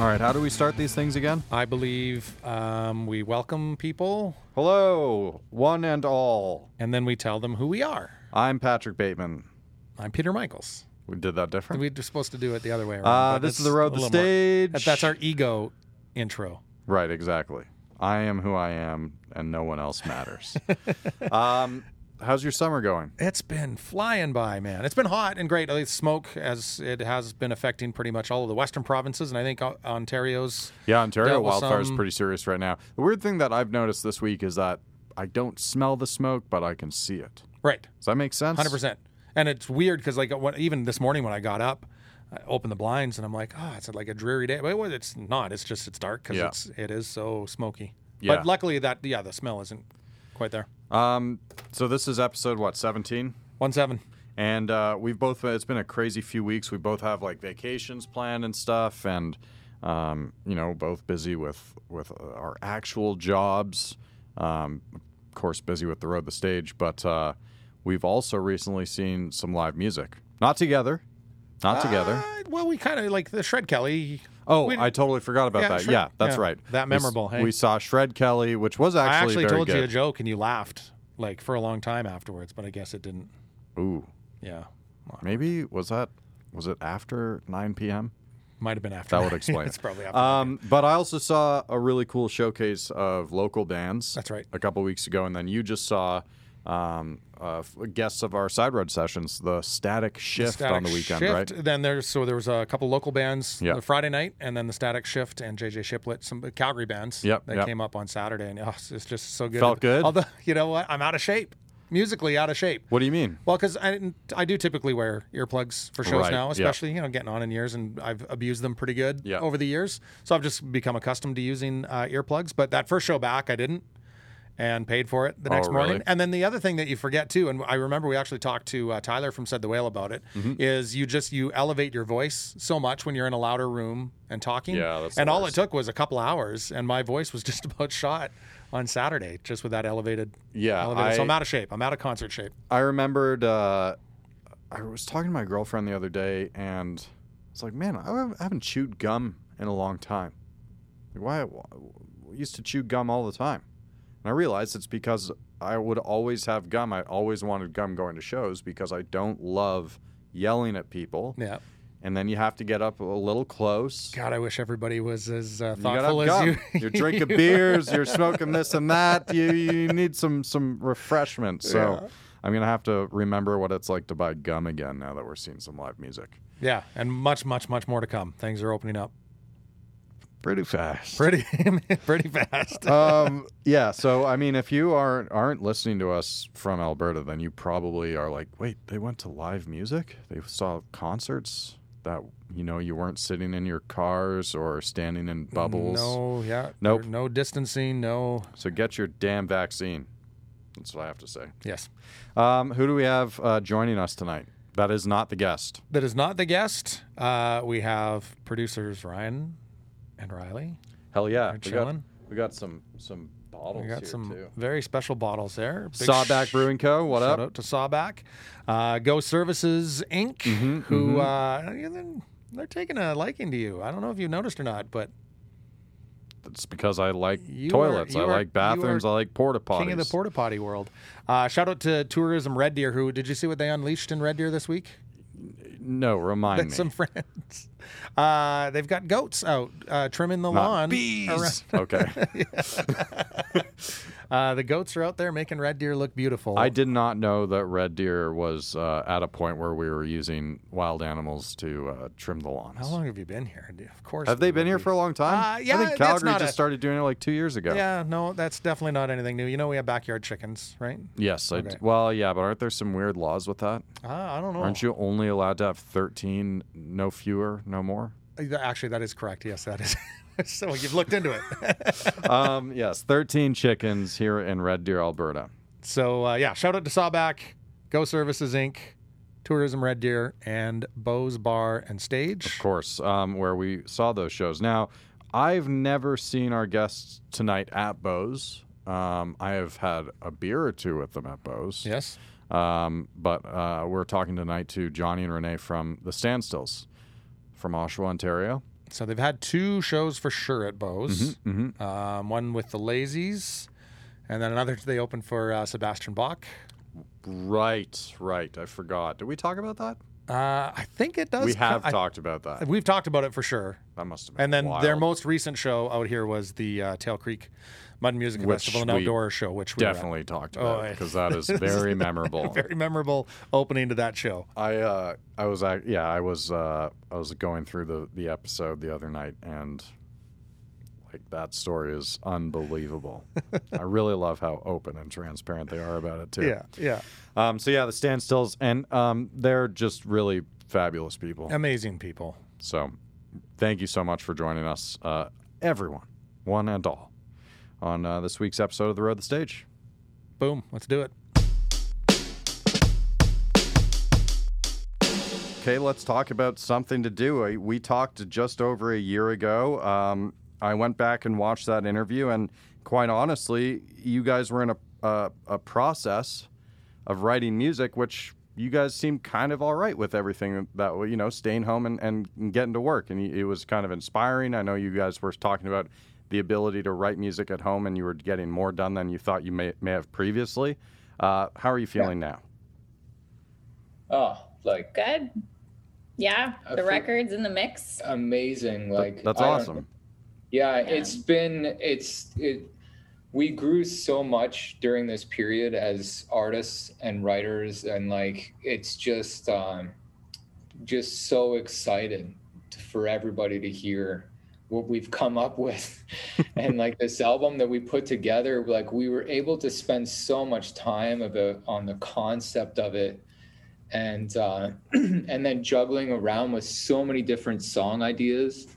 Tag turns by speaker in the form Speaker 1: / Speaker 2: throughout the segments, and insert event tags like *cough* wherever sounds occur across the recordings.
Speaker 1: All right, how do we start these things again?
Speaker 2: I believe um, we welcome people
Speaker 1: Hello, one and all.
Speaker 2: and then we tell them who we are.
Speaker 1: I'm Patrick Bateman.
Speaker 2: I'm Peter Michaels.
Speaker 1: We did that different.
Speaker 2: We We're supposed to do it the other way around.
Speaker 1: uh,
Speaker 2: but
Speaker 1: this is
Speaker 2: that's
Speaker 1: the road
Speaker 2: a
Speaker 1: to
Speaker 2: little more-
Speaker 1: stage.
Speaker 2: that- that's our ego intro.
Speaker 1: right, exactly. I am who I am, and no one else
Speaker 2: *laughs*
Speaker 1: matters. um, how's your summer going?
Speaker 2: It's been flying by, man. It's been hot and great. At least smoke, as it has been affecting pretty much all of the western provinces, and I think O- Ontario's.
Speaker 1: Yeah, Ontario
Speaker 2: Dealt with
Speaker 1: wildfire is
Speaker 2: some-
Speaker 1: pretty serious right now. The weird thing that I've noticed this week is that I don't smell the smoke, but I can see it.
Speaker 2: Right.
Speaker 1: Does that make sense?
Speaker 2: Hundred percent. And it's weird because like when, even this morning when I got up, I opened the blinds and I'm like, oh, it's like a dreary day. But it was- it's not. It's just it's dark because
Speaker 1: Yeah.
Speaker 2: it's it is so smoky.
Speaker 1: Yeah.
Speaker 2: But luckily that yeah the smell isn't quite there.
Speaker 1: Um, so this is episode what seventeen.
Speaker 2: One seven.
Speaker 1: and uh, we've both it's been a crazy few weeks we both have like vacations planned and stuff and um, you know both busy with with uh, our actual jobs um, of course busy with the road the stage but uh, we've also recently seen some live music not together not together
Speaker 2: Uh, well, we kind of like the Shred Kelly.
Speaker 1: oh
Speaker 2: we-
Speaker 1: i totally forgot about
Speaker 2: Yeah,
Speaker 1: that
Speaker 2: Shred-
Speaker 1: yeah that's
Speaker 2: yeah,
Speaker 1: right
Speaker 2: that
Speaker 1: We s-
Speaker 2: memorable,
Speaker 1: we,
Speaker 2: hey?
Speaker 1: saw shred kelly which was actually,
Speaker 2: I actually
Speaker 1: very
Speaker 2: told you a
Speaker 1: good
Speaker 2: joke and you laughed like for a long time afterwards, but I guess it didn't.
Speaker 1: ooh
Speaker 2: Yeah,
Speaker 1: maybe was that was it after 9 p.m
Speaker 2: might have been after.
Speaker 1: That would explain
Speaker 2: *laughs* it's
Speaker 1: it.
Speaker 2: probably after.
Speaker 1: Um, but I also saw a really cool showcase of local bands.
Speaker 2: That's right.
Speaker 1: A couple weeks ago, and then you just saw um, uh, f- guests of our side road sessions, the Static Shift on the
Speaker 2: Static
Speaker 1: weekend, right?
Speaker 2: Shift. Then there's so there was a couple local bands
Speaker 1: Yeah.
Speaker 2: the Friday night, and then the Static Shift and JJ Shiplet, some Calgary bands
Speaker 1: Yep,
Speaker 2: that
Speaker 1: yep.
Speaker 2: came up on Saturday, and oh, it's just so good.
Speaker 1: Felt good?
Speaker 2: Although *laughs* you know what, I'm out of shape musically, out of shape.
Speaker 1: What do you mean?
Speaker 2: Well, because I, I do typically wear earplugs for shows
Speaker 1: Right,
Speaker 2: now,
Speaker 1: yeah.
Speaker 2: especially you know getting on in years, and I've abused them pretty good
Speaker 1: Yeah.
Speaker 2: over the years. So I've just become accustomed to using uh, earplugs. But that first show back, I didn't, and paid for it the next
Speaker 1: Oh, really?
Speaker 2: morning. And then the other thing that you forget too, and I remember we actually talked to uh, Tyler from Said the Whale about it, is
Speaker 1: Mm-hmm.
Speaker 2: you just you elevate your voice so much when you're in a louder room and talking.
Speaker 1: Yeah, that's the
Speaker 2: and all it
Speaker 1: worst.
Speaker 2: took was a couple hours, and my voice was *laughs* just about shot on Saturday, just with that elevated.
Speaker 1: Yeah,
Speaker 2: elevated.
Speaker 1: Uh,
Speaker 2: so
Speaker 1: I-
Speaker 2: I'm out of shape. I'm out of concert shape.
Speaker 1: I remembered uh, I was talking to my girlfriend the other day, and it's like, man, I hav- I haven't chewed gum in a long time. Like, why? I used to chew gum all the time, and I realized it's because I would always have gum. I always wanted gum going to shows because I don't love yelling at people,
Speaker 2: Yeah.
Speaker 1: and then you have to get up a little close.
Speaker 2: God, I wish everybody was as uh,
Speaker 1: You gotta
Speaker 2: thoughtful
Speaker 1: have
Speaker 2: as
Speaker 1: gum.
Speaker 2: you.
Speaker 1: are
Speaker 2: *laughs*
Speaker 1: drinking beers. You're smoking this and that. You you need some some refreshment. So I'm gonna have to remember what it's like to buy gum again now that we're seeing some live music.
Speaker 2: yeah, and much, much, much more to come. Things are opening up
Speaker 1: Pretty fast.
Speaker 2: pretty, *laughs* pretty
Speaker 1: *laughs*
Speaker 2: fast.
Speaker 1: um, yeah. So I mean, if you aren't aren't listening to us from Alberta, then you probably are like, wait, they went to live music. They saw concerts that you know you weren't sitting in your cars or standing in bubbles.
Speaker 2: No, yeah,
Speaker 1: Nope.
Speaker 2: there- no distancing, no.
Speaker 1: So get your damn vaccine. That's what I have to say.
Speaker 2: Yes,
Speaker 1: Um, who do we have uh, joining us tonight? That is not the guest.
Speaker 2: that is not the guest. Uh, we have producers Ryan and Riley.
Speaker 1: Hell yeah,
Speaker 2: We're
Speaker 1: Uh, we got,
Speaker 2: chilling.
Speaker 1: we got some some bottles
Speaker 2: We got
Speaker 1: here
Speaker 2: some
Speaker 1: too.
Speaker 2: very special bottles there. Big
Speaker 1: Sawback
Speaker 2: sh-
Speaker 1: Brewing Co. What
Speaker 2: Shout
Speaker 1: up?
Speaker 2: out to Sawback, uh, Go Services Inc.
Speaker 1: Mm-hmm,
Speaker 2: who Uh, they're taking a liking to you. I don't know if you noticed or not, but
Speaker 1: It's because I like
Speaker 2: You
Speaker 1: toilets.
Speaker 2: are-
Speaker 1: I
Speaker 2: you are-
Speaker 1: like bathrooms.
Speaker 2: you
Speaker 1: I like porta potties.
Speaker 2: King of the porta potty world. Uh, shout out to Tourism Red Deer. Who did you see what they unleashed in Red Deer this week?
Speaker 1: no, remind me.
Speaker 2: Some *laughs* friends. Uh, they've got goats out uh, trimming the
Speaker 1: Not
Speaker 2: lawn.
Speaker 1: bees.
Speaker 2: around-
Speaker 1: *laughs*
Speaker 2: *laughs*
Speaker 1: okay,
Speaker 2: Uh, the goats are out there making Red Deer look beautiful.
Speaker 1: I did not know that Red Deer was uh, at a point where we were using wild animals to uh, trim the lawns.
Speaker 2: How long have you been here? Of course.
Speaker 1: Have they been here
Speaker 2: for?
Speaker 1: for a long time?
Speaker 2: Uh, yeah,
Speaker 1: I think
Speaker 2: that's
Speaker 1: Calgary
Speaker 2: not
Speaker 1: just
Speaker 2: a-
Speaker 1: started doing it like two years ago.
Speaker 2: Yeah, no, that's definitely not anything new. You know, we have backyard chickens, right?
Speaker 1: Yes. I d
Speaker 2: Okay.
Speaker 1: well, yeah, but aren't there some weird laws with that?
Speaker 2: Uh, I don't know.
Speaker 1: Aren't you only allowed to have 13, no fewer, no more?
Speaker 2: Actually, that is correct. Yes, that is. *laughs* so you've looked into it. *laughs*
Speaker 1: um, *laughs* yes, 13 chickens here in Red Deer, Alberta.
Speaker 2: So uh, yeah, shout out to Sawback, Go Services Inc., Tourism Red Deer, and Bose Bar and Stage.
Speaker 1: Of course, um, where we saw those shows. Now, I've never seen our guests tonight at Bose. Um, I have had a beer or two with them at Bose.
Speaker 2: Yes.
Speaker 1: Um, but uh, we're talking tonight to Johnny and Renee from the Standstills from Oshawa, Ontario.
Speaker 2: So they've had two shows for sure at Bose.
Speaker 1: hmm
Speaker 2: Um, one with the Lazies, and then another they opened for uh, Sebastian Bach.
Speaker 1: mm-hmm. Right, right. I forgot. Did we talk about that?
Speaker 2: Uh, I think it does.
Speaker 1: we
Speaker 2: co-
Speaker 1: have
Speaker 2: I-
Speaker 1: talked about that.
Speaker 2: We've talked about it for sure.
Speaker 1: That must have been.
Speaker 2: And then
Speaker 1: wild.
Speaker 2: their most recent show out here was the uh, Tail Creek Mud Music
Speaker 1: Which
Speaker 2: Festival and
Speaker 1: we
Speaker 2: Outdoor Show, which we were at.
Speaker 1: definitely talked
Speaker 2: Oh,
Speaker 1: about
Speaker 2: yeah.
Speaker 1: because that is very memorable.
Speaker 2: *laughs* very memorable opening to that show.
Speaker 1: I uh, I was ac yeah I was uh, I was going through the the episode the other night and like that story is
Speaker 2: *laughs*
Speaker 1: unbelievable. I really love how open and transparent they are about it too.
Speaker 2: Yeah, yeah,
Speaker 1: Um. So yeah, the standstills and um, they're just really fabulous people.
Speaker 2: amazing people.
Speaker 1: So thank you so much for joining us, uh, everyone, one and all, on uh, this week's episode of the Road to Stage.
Speaker 2: Boom, let's do it.
Speaker 1: Okay, let's talk about something to do. I- We talked just over a year ago. Um, I went back and watched that interview, and quite honestly, you guys were in a, a, a process of writing music, which you guys seemed kind of all right with everything that you know, staying home and, and getting to work, and it was kind of inspiring. I know you guys were talking about the ability to write music at home, and you were getting more done than you thought you may may have previously. Uh, how are you feeling now?
Speaker 3: Oh, like
Speaker 4: good. Yeah,
Speaker 3: I
Speaker 4: the
Speaker 3: feel-
Speaker 4: record's in the mix.
Speaker 3: amazing. Like
Speaker 1: That's
Speaker 3: I don't-
Speaker 1: awesome.
Speaker 3: Yeah,
Speaker 4: Yeah.
Speaker 3: it's been it's it we grew so much during this period as artists and writers and like it's just um just so excited t- for everybody to hear what we've come up with and like this album that we put together like we were able to spend so much time about on the concept of it and uh, *clears throat* and then juggling around with so many different song ideas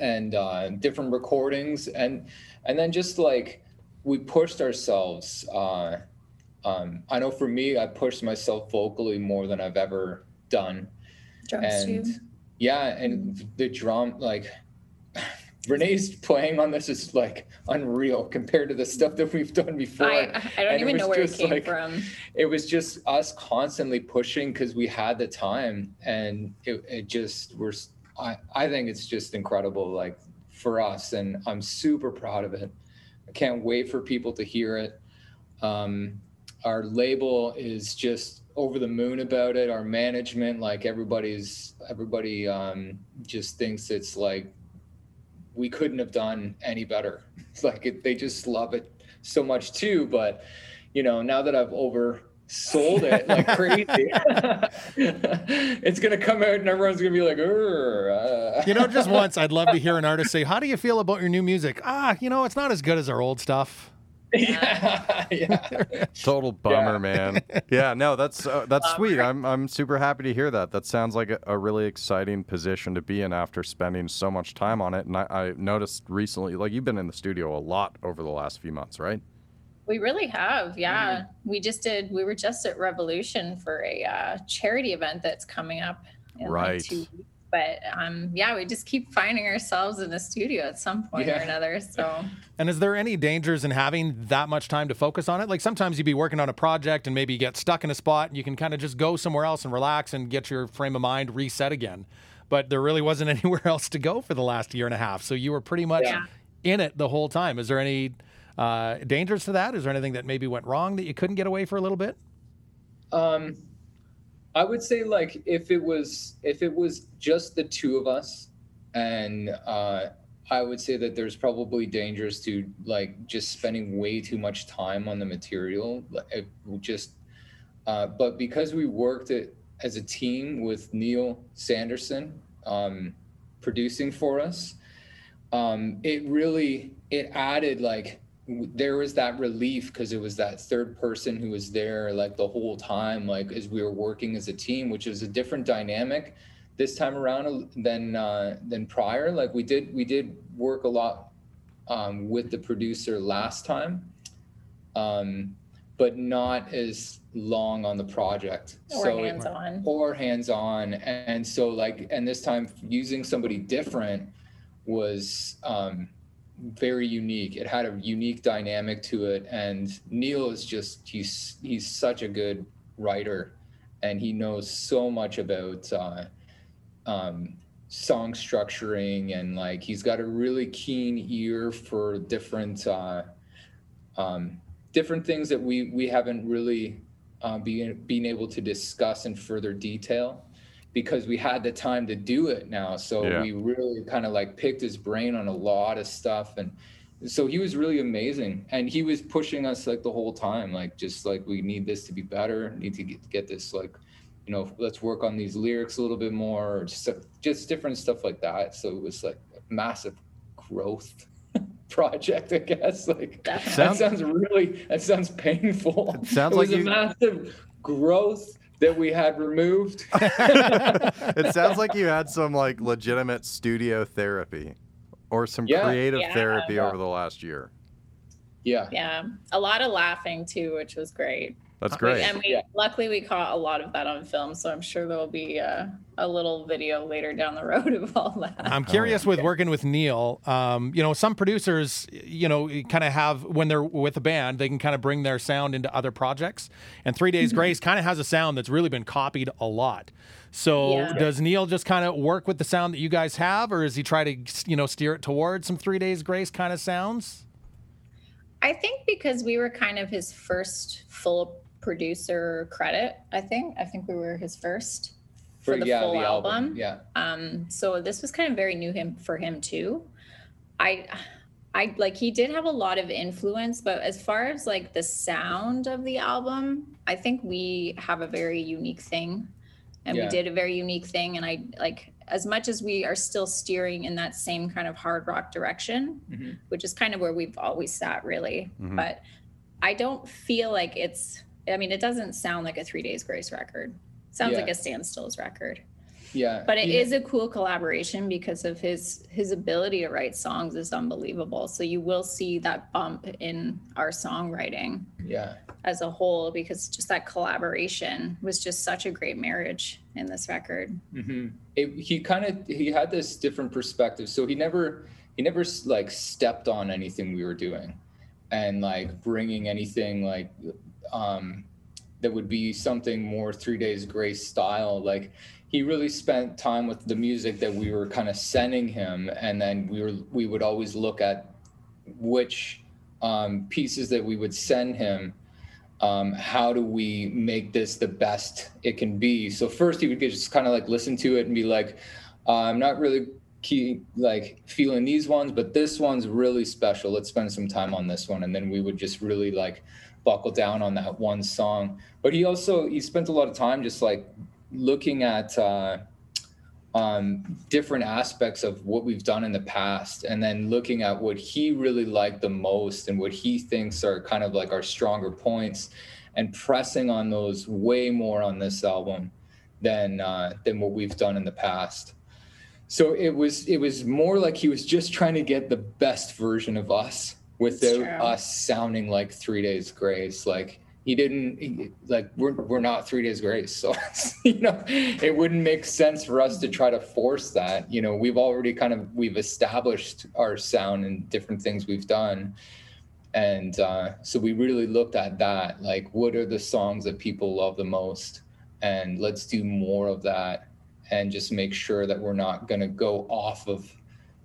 Speaker 3: and uh, different recordings and and then just like we pushed ourselves uh, um, i know for me i pushed myself vocally more than i've ever done
Speaker 4: Drum
Speaker 3: and
Speaker 4: stream.
Speaker 3: yeah
Speaker 4: Mm-hmm.
Speaker 3: and the drum like *sighs* renee's playing on this is like unreal compared to the stuff that we've done before
Speaker 4: I, I don't
Speaker 3: and it
Speaker 4: even know
Speaker 3: was
Speaker 4: where it
Speaker 3: just
Speaker 4: came
Speaker 3: like-
Speaker 4: from.
Speaker 3: it was just us constantly pushing because we had the time and it, it just we're s- I, I think it's just incredible like for us and i'm super proud of it i can't wait for people to hear it um, our label is just over the moon about it our management like everybody's everybody um, just thinks it's like we couldn't have done any better *laughs* It's like it, they just love it so much too but you know now that i've
Speaker 2: *laughs*
Speaker 3: oversold it like crazy *laughs* it's gonna come out and everyone's gonna be like "Urgh, uh.
Speaker 2: You know, just once, I'd love to hear an artist say, "How do you feel about your new music?" Ah, you know, it's not as good as our old stuff.
Speaker 3: *laughs* yeah, yeah.
Speaker 1: Total bummer, man. *laughs* Yeah, no, that's uh, that's sweet. I'm I'm super happy to hear that. That sounds like a, a really exciting position to be in after spending so much time on it. And I, I noticed recently, like you've been in the studio a lot over the last few months, right?
Speaker 4: We really have, yeah.
Speaker 3: Mm-hmm.
Speaker 4: We just did. We were just at Revolution for a uh, charity event that's coming up. In
Speaker 1: Right.
Speaker 4: Like two weeks. But um, yeah, we just keep finding ourselves in the studio at some point or
Speaker 3: Yeah. *laughs*
Speaker 4: another. So
Speaker 2: And is there any dangers in having that much time to focus on it? Like sometimes you'd be working on a project and maybe you get stuck in a spot and you can kind of just go somewhere else and relax and get your frame of mind reset again. But there really wasn't *laughs* anywhere else to go for the last year and a half. So you were pretty much
Speaker 4: Yeah.
Speaker 2: in it the whole time. Is there any uh, dangers to that? Is there anything that maybe went wrong that you couldn't get away for a little bit? *laughs*
Speaker 3: Um, I would say like if it was if it was just the two of us, and uh, I would say that there's probably dangers to like just spending way too much time on the material. Like, it would just, uh, but because we worked it as a team with Neil Sanderson um, producing for us, um, it really it added like w- there was that relief because it was that third person who was there like the whole time like as we were working as a team which was a different dynamic this time around uh, than uh, than prior like we did we did work a lot um, with the producer last time um, but not as long on the project
Speaker 4: or
Speaker 3: so it-
Speaker 4: hands on.
Speaker 3: or hands on. And so, like, and this time using somebody different was um, very unique. It had a unique dynamic to it. And Neil is just, he's, he's such a good writer and he knows so much about uh, um, song structuring and like he's got a really keen ear for different uh, um, different things that we we haven't really uh, been been able to discuss in further detail because we had the time to do it now. So
Speaker 1: Yeah.
Speaker 3: we really kind of like picked his brain on a lot of stuff and so he was really amazing and he was pushing us like the whole time like just like we need this to be better need to get, get this like you know let's work on these lyrics a little bit more or just, just different stuff like that so it was like a massive growth *laughs* project i guess like
Speaker 1: Sounds-
Speaker 3: that sounds really that sounds painful
Speaker 1: It sounds
Speaker 3: it was
Speaker 1: like
Speaker 3: a
Speaker 1: you-
Speaker 3: massive growth that we had
Speaker 1: *laughs*
Speaker 3: removed
Speaker 1: it sounds like you had some like legitimate studio therapy or some
Speaker 3: Yeah.
Speaker 1: creative
Speaker 4: Yeah.
Speaker 1: therapy over the last year.
Speaker 3: yeah
Speaker 4: Yeah, a lot of laughing too, which was great.
Speaker 1: That's great.
Speaker 4: And we
Speaker 3: Yeah.
Speaker 4: luckily we caught a lot of that on film, so I'm sure there will be a, a little video later down the *laughs* road of all that.
Speaker 2: I'm curious with working with Neil. Um, you know, some producers, you know, kind of have when they're with a band, they can kind of bring their sound into other projects. And Three
Speaker 4: Mm-hmm.
Speaker 2: Days Grace kind of has a sound that's really been copied a lot. So
Speaker 4: Yeah.
Speaker 2: does Neil just kind of work with the sound that you guys have, or is he try to you know steer it towards some Three Days Grace kind of sounds?
Speaker 4: I think because we were kind of his first full producer credit, I think. I think we were his first for, the
Speaker 3: yeah
Speaker 4: full album.
Speaker 3: yeah
Speaker 4: Um, so this was kind of very new him for him too. I I like he did have a lot of influence, but as far as like the sound of the album, I think we have a very unique thing. And
Speaker 3: Yeah.
Speaker 4: we did a very unique thing. And I like as much as we are still steering in that same kind of hard rock direction,
Speaker 3: Mhm.
Speaker 4: which is kind of where we've always sat really.
Speaker 3: Mm-hmm.
Speaker 1: Mhm.
Speaker 4: But I don't feel like it's I mean, it doesn't sound like a three days grace record. Sounds
Speaker 3: Yeah.
Speaker 4: like a standstills record
Speaker 3: yeah
Speaker 4: but it is
Speaker 3: Yeah.
Speaker 4: a cool collaboration because of his his ability to write songs is unbelievable so you will see that bump in our songwriting
Speaker 3: yeah
Speaker 4: as a whole because just that collaboration was just such a great marriage in this record
Speaker 3: hmm It, he kind of he had this different perspective, so he never he never s- like stepped on anything we were doing, and like bringing anything like um, that would be something more Three Days Grace style. Like he really spent time with the music that we were kind of sending him, and then we were we would always look at which um, pieces that we would send him um, how do we make this the best it can be? So first, he would get- just kind of like listen to it and be like, uh, "I'm not really key, like feeling these ones, but this one's really special. Let's spend some time on this one." And then we would just really like buckle down on that one song. But he also he spent a lot of time just like looking at uh, um, different aspects of what we've done in the past and then looking at what he really liked the most and what he thinks are kind of like our stronger points and pressing on those way more on this album than uh, than what we've done in the past so it was it was more like he was just trying to get the best version of us without
Speaker 4: true.
Speaker 3: us sounding like three days grace like he didn't he- like we're, we're not three days grace so *laughs* you know it wouldn't make sense for us to try to force that you know we've already kind of we've established our sound and different things we've done and uh, so we really looked at that like what are the songs that people love the most and let's do more of that and just make sure that we're not going to go off of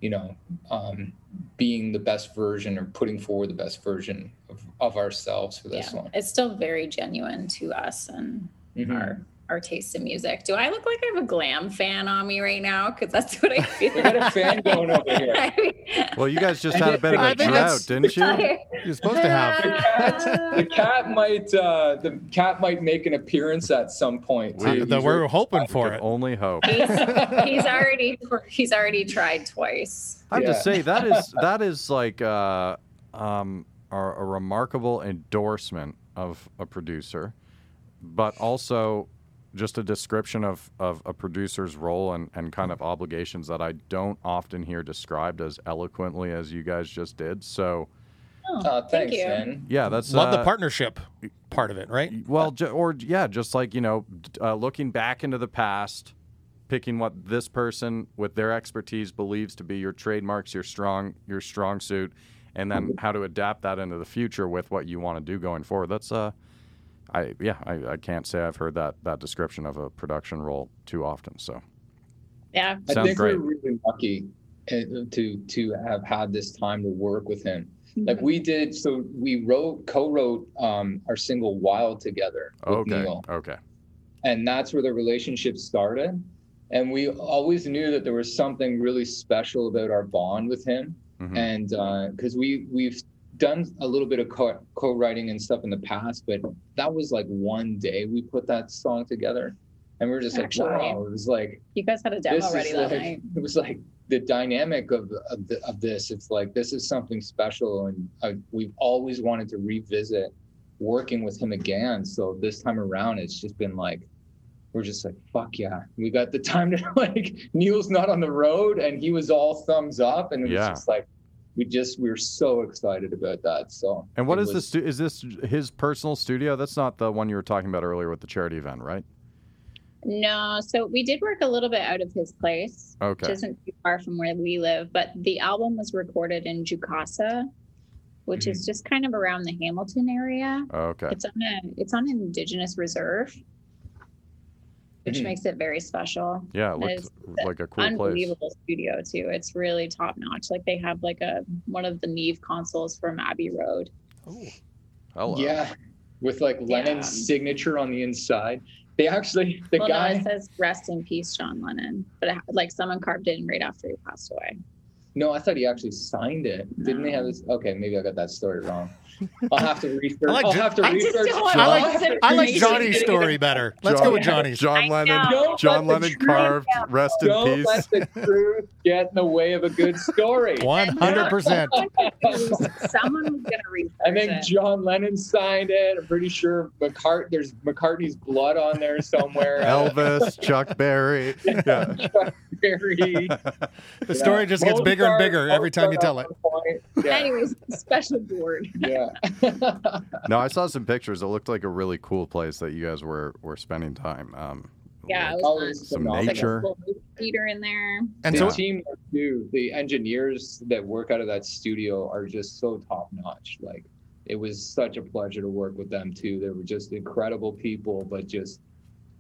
Speaker 3: you know um, being the best version or putting forward the best version of, of ourselves for this
Speaker 4: yeah
Speaker 3: one
Speaker 4: it's still very genuine to us and
Speaker 3: Mhm.
Speaker 4: our our taste in music do i look like i have a glam fan on me right now because that's what i feel
Speaker 3: *laughs* We got a fan going over here.
Speaker 4: *laughs* I mean,
Speaker 1: well, you guys just had a bit *laughs* of
Speaker 2: I
Speaker 1: a
Speaker 2: think
Speaker 1: drought, *laughs*
Speaker 2: that's-
Speaker 1: didn't you?
Speaker 4: like-
Speaker 2: You're supposed to
Speaker 4: *laughs*
Speaker 2: have. uh,
Speaker 3: The cat might uh, the cat might make an appearance at some point.
Speaker 1: We-
Speaker 3: too.
Speaker 2: that we're hoping for
Speaker 1: Could
Speaker 2: it.
Speaker 1: only hope.
Speaker 4: he's, *laughs* he's already he's already tried twice.
Speaker 1: I have to
Speaker 3: Yeah.
Speaker 1: say that is that is like uh, um, a, a remarkable endorsement of a producer, but also just a description of, of a producer's role and, and kind of obligations that I don't often hear described as eloquently as you guys just did. So
Speaker 4: Oh,
Speaker 3: Uh, thanks,
Speaker 4: Thank you.
Speaker 3: man.
Speaker 1: yeah, that's
Speaker 2: Love the
Speaker 1: uh,
Speaker 2: partnership part of it, right?
Speaker 1: Well, ju- or yeah, just like you know, d- uh, looking back into the past, picking what this person with their expertise believes to be your trademarks, your strong, your strong suit, and then how to adapt that into the future with what you want to do going forward. That's uh, I yeah, I, I can't say I've heard that that description of a production role too often. So
Speaker 4: Yeah.
Speaker 3: I
Speaker 1: Sounds
Speaker 3: think
Speaker 1: great.
Speaker 3: we're really lucky uh, to to have had this time to work with him. Like we did, so we wrote co-wrote um, our single "Wild" together with
Speaker 1: Okay.
Speaker 3: Neil,
Speaker 1: Okay.
Speaker 3: and that's where the relationship started. And we always knew that there was something really special about our bond with him,
Speaker 1: Mhm.
Speaker 3: and because we we've done a little bit of co- co-writing and stuff in the past, but that was like one day we put that song together, and we were just
Speaker 4: Actually.
Speaker 3: like, wow, it was like
Speaker 4: *laughs* You guys had a demo
Speaker 3: is
Speaker 4: ready
Speaker 3: like-
Speaker 4: that night.
Speaker 3: It was like the dynamic of of, the, of this. It's like this is something special, and uh, we've always wanted to revisit working with him again. So this time around, it's just been like we're just like fuck yeah, we got the time to *laughs* like Neil's not on the road, and he was all thumbs up, and it
Speaker 1: Yeah.
Speaker 3: was just like we just we were so excited about that. So
Speaker 1: And what
Speaker 3: it
Speaker 1: is
Speaker 3: was-
Speaker 1: this? stu- Is this his personal studio? That's not the one you were talking about earlier with the charity event, right?
Speaker 4: No, so we did work a little bit out of his place,
Speaker 1: Okay.
Speaker 4: which isn't too far from where we live, but the album was recorded in Jukasa, which is just kind of around the Hamilton area.
Speaker 1: Okay.
Speaker 4: It's on a it's on an indigenous reserve, which
Speaker 3: Mhm.
Speaker 4: makes it very special.
Speaker 1: Yeah, it
Speaker 4: That
Speaker 1: looked like a cool place.
Speaker 4: Unbelievable studio too. It's really top notch. Like they have like a one of the Neve consoles from Abbey Road.
Speaker 1: Hello.
Speaker 3: Yeah, with like Lennon's
Speaker 4: Yeah.
Speaker 3: signature on the inside. They actually the
Speaker 4: well,
Speaker 3: guy.
Speaker 4: no, it says "Rest in Peace, John Lennon," but it, like someone carved it in right after he passed away.
Speaker 3: No, I thought he actually signed it. Didn't they have
Speaker 4: No.
Speaker 3: this? Okay, maybe I got that story wrong. I'll have to research.
Speaker 2: I like
Speaker 3: I'll
Speaker 2: Jo-
Speaker 3: have to
Speaker 4: I just
Speaker 3: research.
Speaker 4: don't want
Speaker 2: I
Speaker 3: I'll
Speaker 2: like-
Speaker 3: have to
Speaker 2: I like
Speaker 3: research
Speaker 2: Johnny's
Speaker 3: it.
Speaker 2: story better. Let's go with Johnny's.
Speaker 1: John
Speaker 4: I
Speaker 1: Lennon.
Speaker 4: know.
Speaker 3: Don't
Speaker 1: John
Speaker 3: let the
Speaker 1: Lennon
Speaker 3: truth-
Speaker 1: carved.
Speaker 4: out.
Speaker 1: Rest in
Speaker 3: Don't
Speaker 1: peace.
Speaker 3: let the truth get in the way of a good story.
Speaker 2: *laughs* One hundred percent.
Speaker 4: someone was gonna research
Speaker 3: I think
Speaker 4: it.
Speaker 3: John Lennon signed it. I'm pretty sure McCart- there's McCartney's blood on
Speaker 2: *laughs*
Speaker 3: there somewhere.
Speaker 1: Elvis, Chuck Berry. *laughs* Yeah.
Speaker 3: *laughs* Very-
Speaker 2: *laughs* The story just gets bigger and bigger every time you tell it.
Speaker 3: Yeah.
Speaker 4: Anyways, special board.
Speaker 3: yeah. *laughs*
Speaker 1: No, I saw some pictures. It looked like a really cool place that you guys were were spending time. Um,
Speaker 4: Yeah, it
Speaker 1: like-
Speaker 4: was
Speaker 3: Always
Speaker 1: Some
Speaker 3: phenomenal.
Speaker 1: nature.
Speaker 4: Peter in there.
Speaker 2: And
Speaker 3: the
Speaker 2: so,
Speaker 1: Yeah.
Speaker 3: team too, the engineers that work out of that studio are just so top notch. Like it was such a pleasure to work with them too. They were just incredible people, but just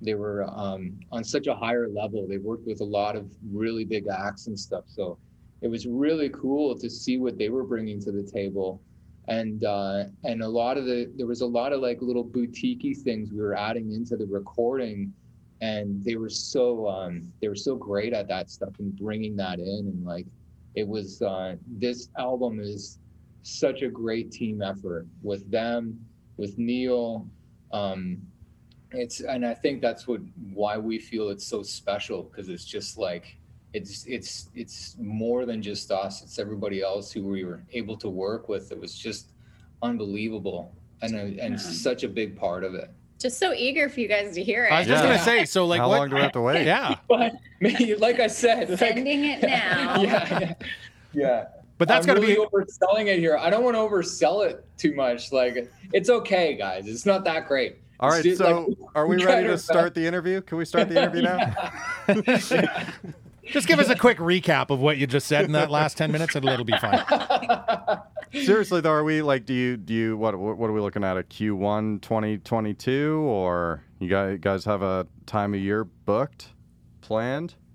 Speaker 3: they were um, on such a higher level. They worked with a lot of really big acts and stuff. So it was really cool to see what they were bringing to the table. And uh, and a lot of the there was a lot of like little boutique things we were adding into the recording and they were so um, they were so great at that stuff and bringing that in and like it was uh, this album is such a great team effort with them with neil um, it's and i think that's what why we feel it's so special because it's just like it's it's it's more than just us it's everybody else who we were able to work with it was just unbelievable and a, and
Speaker 4: Yeah.
Speaker 3: such a big part of it
Speaker 4: Just so eager for you guys to hear it.
Speaker 2: I was just
Speaker 1: Yeah.
Speaker 2: gonna say. So, like,
Speaker 1: How
Speaker 2: what?
Speaker 1: long do we have *laughs* to wait?
Speaker 2: yeah,
Speaker 3: but *laughs* like i said like,
Speaker 4: Sending
Speaker 2: *laughs*
Speaker 3: *laughs*
Speaker 4: it now.
Speaker 3: yeah, yeah, yeah.
Speaker 2: but that's
Speaker 3: I'm
Speaker 2: gotta
Speaker 3: really
Speaker 2: be.
Speaker 3: overselling it here. I don't want to oversell it too much. Like it's okay, guys. It's not that great. *laughs*
Speaker 1: All right.
Speaker 3: Dude,
Speaker 1: So, *laughs* are we
Speaker 3: you
Speaker 1: ready to
Speaker 3: gotta-
Speaker 1: start the interview? Can we start *laughs* the interview now?
Speaker 2: Just give us a quick recap of what you just said in that last ten minutes, and it'll be fine. Mm-hmm.
Speaker 1: Seriously though, are we like? Do you do you what? What are we looking at? A Q1 2022, or you guys guys have a time of year booked, planned?
Speaker 4: *laughs*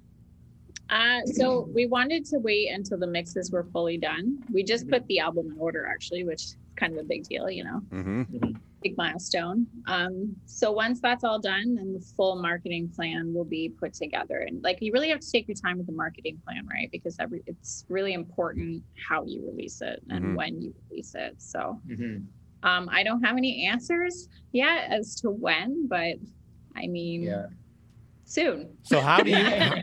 Speaker 4: Uh, so we wanted to wait until the mixes were fully done. We just
Speaker 3: Mm-hmm.
Speaker 4: put the album in order, actually, which is kind of a big deal, you know,
Speaker 1: Mm-hmm.
Speaker 4: big milestone. Um, so once that's all done, then the full marketing plan will be put together. And like, you really have to take your time with the marketing plan, right? Because every it's really important how you release it and
Speaker 1: Mhm.
Speaker 4: when you release it. So
Speaker 3: Mhm.
Speaker 4: um, I don't have any answers yet as to when, but I mean,
Speaker 3: Yeah.
Speaker 4: soon.
Speaker 2: So how do you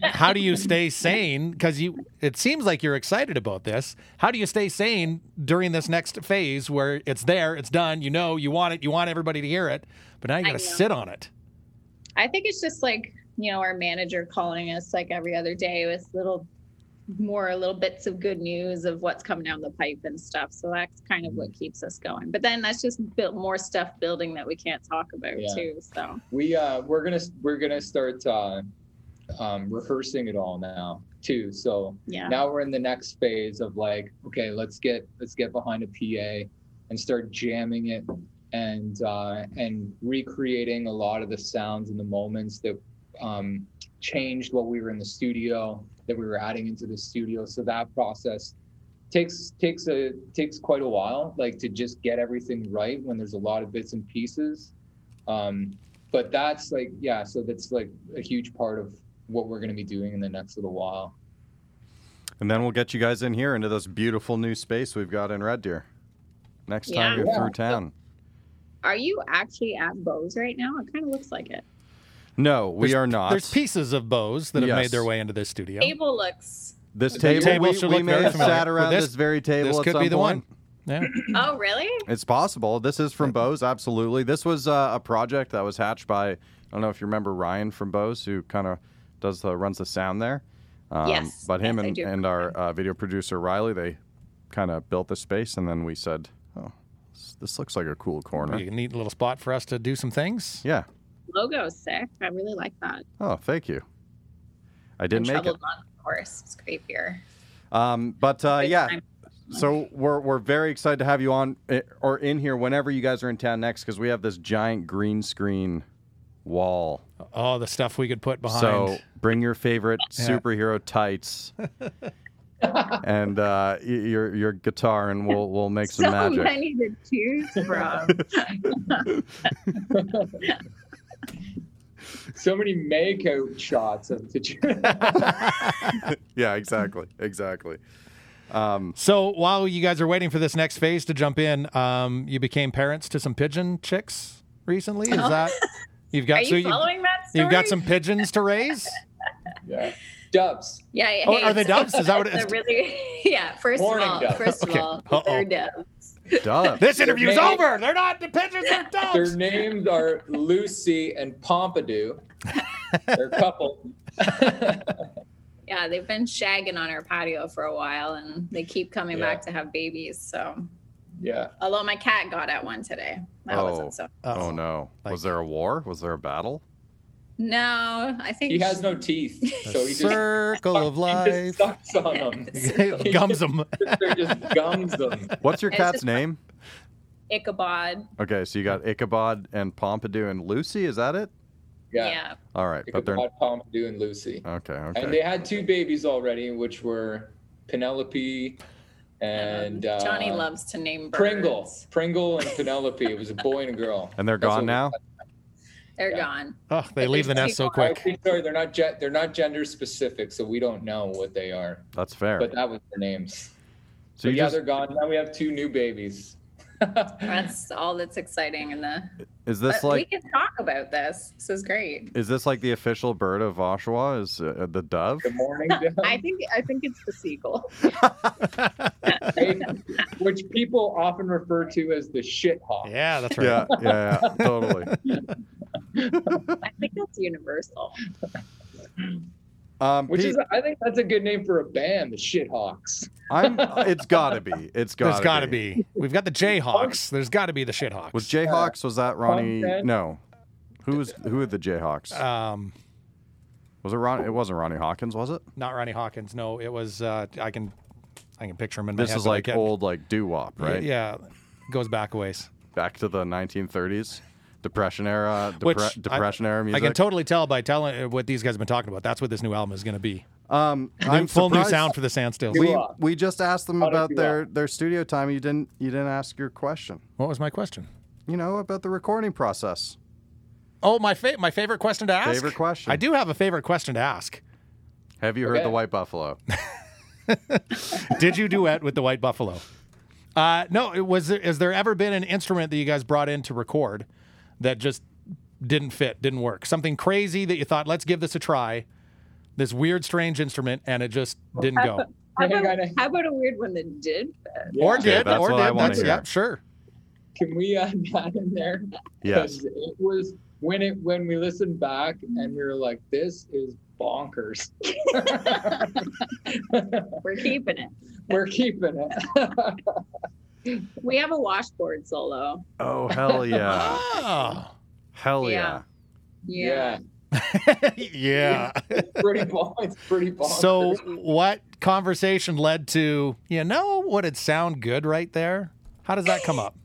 Speaker 2: how do you stay sane? Because you it seems like you're excited about this. How do you stay sane during this next phase where it's there, it's done, you know, you want it, you want everybody to hear it, but now you
Speaker 4: I
Speaker 2: got to
Speaker 4: know.
Speaker 2: sit on it.
Speaker 4: I think it's just like, you know, our manager calling us like every other day with little more little bits of good news of what's coming down the pipe and stuff. So that's kind of what keeps us going. But then that's just built more stuff building that we can't talk about
Speaker 3: Yeah.
Speaker 4: too. So
Speaker 3: We uh we're gonna we're gonna start uh, um, rehearsing it all now too. So
Speaker 4: yeah.
Speaker 3: now we're in the next phase of like okay let's get let's get behind a pa and start jamming it and uh, and recreating a lot of the sounds and the moments that um, changed while we were in the studio that we were adding into the studio. So that process takes takes a takes quite a while, like to just get everything right when there's a lot of bits and pieces. Um, but that's like yeah, so that's like a huge part of what we're going to be doing in the next little while.
Speaker 1: And then we'll get you guys in here into this beautiful new space we've got in Red Deer. Next
Speaker 4: Yeah.
Speaker 1: time you're
Speaker 3: Yeah.
Speaker 1: through town.
Speaker 4: Are you actually at Bose right now? It kind of looks like it.
Speaker 1: No, we
Speaker 2: There's-
Speaker 1: are not.
Speaker 2: There's pieces of bows that have
Speaker 1: Yes.
Speaker 2: made their way into this studio.
Speaker 4: Table looks.
Speaker 1: this
Speaker 3: The
Speaker 1: table,
Speaker 2: table
Speaker 1: we,
Speaker 2: should
Speaker 1: we
Speaker 2: look
Speaker 1: may
Speaker 2: very
Speaker 1: have
Speaker 2: familiar.
Speaker 1: sat around
Speaker 2: This-
Speaker 1: this, very table
Speaker 2: this
Speaker 1: at
Speaker 2: could
Speaker 1: some
Speaker 2: be the
Speaker 1: point.
Speaker 2: one. Yeah.
Speaker 4: *clears throat* Oh, really?
Speaker 1: It's possible. This is from Bose, absolutely. This was uh, a project that was hatched by I don't know if you remember Ryan from Bose, who kind of does the runs the sound there. Um,
Speaker 4: Yes.
Speaker 1: But him
Speaker 4: Yes, I
Speaker 1: and,
Speaker 4: do
Speaker 1: and our uh, video producer Riley, they kind of built the space, and then we said, "Oh, s- this looks like a cool corner."
Speaker 2: Be a neat little spot for us to do some things.
Speaker 1: Yeah.
Speaker 4: Logo's sick. I really like that.
Speaker 1: Oh, thank you. I didn't make it.
Speaker 4: Troubled Blonde, of course. It's great beer.
Speaker 1: Um, but uh,
Speaker 4: Big
Speaker 1: yeah,
Speaker 4: time.
Speaker 1: so we're, we're very excited to have you on eh, or in here whenever you guys are in town next because we have this giant green screen wall.
Speaker 2: Oh, the stuff we could put behind.
Speaker 1: So bring your favorite
Speaker 2: *laughs* Yeah.
Speaker 1: superhero
Speaker 2: *laughs*
Speaker 1: tights and uh, y- your your guitar, and we'll we'll make some
Speaker 4: so
Speaker 1: magic.
Speaker 4: many to choose from.
Speaker 3: So many makeout shots of the.
Speaker 1: *laughs*
Speaker 2: *laughs*
Speaker 1: yeah, exactly, exactly. Um,
Speaker 2: So while you guys are waiting for this next phase to jump in, um, you became parents to some pigeon chicks recently. Is that you've got?
Speaker 4: Oh. Are
Speaker 2: so
Speaker 4: you following that story?
Speaker 2: you've got some pigeons to
Speaker 4: *laughs*
Speaker 2: raise.
Speaker 3: yeah. Dubs.
Speaker 4: Yeah. yeah,
Speaker 2: Oh,
Speaker 4: hey,
Speaker 2: are they
Speaker 4: it's-
Speaker 2: doves? Is that what
Speaker 4: it's
Speaker 2: it
Speaker 4: a really? *laughs* Yeah. First of
Speaker 3: Morning
Speaker 4: all,
Speaker 3: doves.
Speaker 4: first of
Speaker 2: Okay.
Speaker 4: all,
Speaker 2: Uh-oh.
Speaker 4: they're doves.
Speaker 2: *laughs*
Speaker 1: duh.
Speaker 2: This interview's
Speaker 3: They're made-
Speaker 2: over. They're not the pigeons.
Speaker 4: *laughs*
Speaker 2: They're
Speaker 3: Their
Speaker 2: doves.
Speaker 3: names are Lucy and Pompadour. They're a couple. *laughs*
Speaker 4: Yeah, they've been shagging on our patio for a while, and they keep coming
Speaker 3: Yeah.
Speaker 4: back to have babies. So,
Speaker 3: Yeah.
Speaker 4: although my cat got at one today, that
Speaker 1: Oh.
Speaker 4: wasn't so.
Speaker 1: Oh
Speaker 2: *laughs*
Speaker 1: no!
Speaker 2: Like-
Speaker 1: Was there a war? Was there a battle?
Speaker 4: No, I think
Speaker 3: He has no teeth, so
Speaker 2: The
Speaker 3: he just,
Speaker 2: circle of
Speaker 3: *laughs* he
Speaker 2: life
Speaker 3: just sucks on
Speaker 2: *laughs*
Speaker 3: them.
Speaker 2: gums
Speaker 3: *laughs*
Speaker 2: them.
Speaker 3: They're just gums them.
Speaker 1: What's your
Speaker 4: It's
Speaker 1: cat's
Speaker 4: just-
Speaker 1: name?
Speaker 4: Ichabod.
Speaker 1: Okay, so you got Ichabod and Pompadour and Lucy. Is that it?
Speaker 4: Yeah.
Speaker 3: Yeah.
Speaker 1: All right,
Speaker 3: It
Speaker 1: but
Speaker 3: could
Speaker 1: they're
Speaker 3: be Pompadour and Lucy.
Speaker 1: okay.
Speaker 3: And they
Speaker 1: Okay.
Speaker 3: had two babies already, which were Penelope and uh,
Speaker 4: Johnny loves to name birds.
Speaker 3: Pringle. Pringle and Penelope. It was a boy and a
Speaker 2: *laughs*
Speaker 3: girl.
Speaker 1: And they're
Speaker 3: That's
Speaker 1: gone
Speaker 3: what we-
Speaker 1: now.
Speaker 4: They're
Speaker 3: Yeah.
Speaker 4: gone.
Speaker 2: Oh, they leave the nest so
Speaker 3: I-
Speaker 2: quick.
Speaker 3: Sorry, they're not ge- they're not gender specific, so we don't know what they are.
Speaker 1: That's fair.
Speaker 3: But uh, that was their names.
Speaker 1: so
Speaker 3: So
Speaker 1: you
Speaker 3: yeah,
Speaker 1: just
Speaker 3: they're gone. Now we have two new babies.
Speaker 4: That's all that's exciting in the.
Speaker 1: is this
Speaker 4: But
Speaker 1: like
Speaker 4: we can talk about this. This is great.
Speaker 1: is this like the official bird of Oshawa? Is uh, the dove?
Speaker 3: *laughs* Good morning, Dove, *laughs*
Speaker 4: I think I think it's the seagull.
Speaker 3: which people often refer to as the shit hawk.
Speaker 2: Yeah, that's right.
Speaker 1: *laughs* Yeah, yeah, yeah, totally.
Speaker 3: *laughs*
Speaker 4: I think that's universal.
Speaker 1: Um,
Speaker 3: Which
Speaker 1: Pete,
Speaker 3: is, I think that's a good name for a band, the Shit Hawks. *laughs*
Speaker 1: I'm. It's gotta be. It's gotta.
Speaker 2: There's got to be. We've got the
Speaker 4: *laughs*
Speaker 2: Jayhawks. There's got to be the Shithawks.
Speaker 1: Was Jayhawks? Was that Ronnie?
Speaker 3: Homestead.
Speaker 1: No. Who was who are the Jayhawks?
Speaker 2: um,
Speaker 1: was it Ron? It wasn't Ronnie Hawkins, was it?
Speaker 2: not Ronnie Hawkins. No, it was. Uh, I can, I can picture him in my
Speaker 1: This
Speaker 2: head,
Speaker 1: is
Speaker 2: but I
Speaker 1: like
Speaker 2: can't-
Speaker 1: old like doo wop, right?
Speaker 2: Yeah, goes back a ways.
Speaker 1: Back to the 1930s, Depression era, depre-
Speaker 2: Which I-
Speaker 1: Depression era music.
Speaker 2: I can totally tell by telling uh, what these guys have been talking about. That's what this new album is going to be.
Speaker 1: um,
Speaker 2: New,
Speaker 1: I'm
Speaker 2: full new
Speaker 1: surprised-
Speaker 2: sound for the Sandstills.
Speaker 3: We-
Speaker 1: We, we just asked them
Speaker 3: How did
Speaker 1: about
Speaker 3: you
Speaker 1: their, their studio time. You didn't you didn't ask your question.
Speaker 2: what was my question?
Speaker 1: You know about the recording process.
Speaker 2: Oh, my fa- my favorite question to ask.
Speaker 1: Favorite question.
Speaker 2: I do have a favorite question to ask.
Speaker 1: Have you heard
Speaker 3: Okay.
Speaker 1: the White
Speaker 2: *laughs*
Speaker 1: Buffalo?
Speaker 2: Did you duet with the White Buffalo? Uh, no. It was. There, has there ever been an instrument that you guys brought in to record that just didn't fit, didn't work? Something crazy that you thought, let's give this a try. This weird, strange instrument, and it just didn't go.
Speaker 4: How
Speaker 3: Hang
Speaker 4: about,
Speaker 3: on.
Speaker 4: how about a weird one that did?
Speaker 2: Or
Speaker 3: Yeah.
Speaker 2: did,
Speaker 1: that's what
Speaker 2: or did.
Speaker 1: I wanna
Speaker 2: That's-
Speaker 1: hear.
Speaker 2: yeah, sure.
Speaker 3: Can we add that in there?
Speaker 1: Yes.
Speaker 3: 'Cause It was when it when we listened back and we were like, this is bonkers. *laughs*
Speaker 4: We're keeping it.
Speaker 3: we're keeping it. *laughs*
Speaker 4: We have a washboard solo.
Speaker 1: Oh hell
Speaker 3: *laughs*
Speaker 1: yeah.
Speaker 2: Oh.
Speaker 1: hell yeah.
Speaker 4: Yeah.
Speaker 3: yeah.
Speaker 4: *laughs*
Speaker 2: yeah.
Speaker 3: It's pretty bon- it's pretty bonkers.
Speaker 2: So, what conversation led to, you know, would it sound good right there? How does that come up?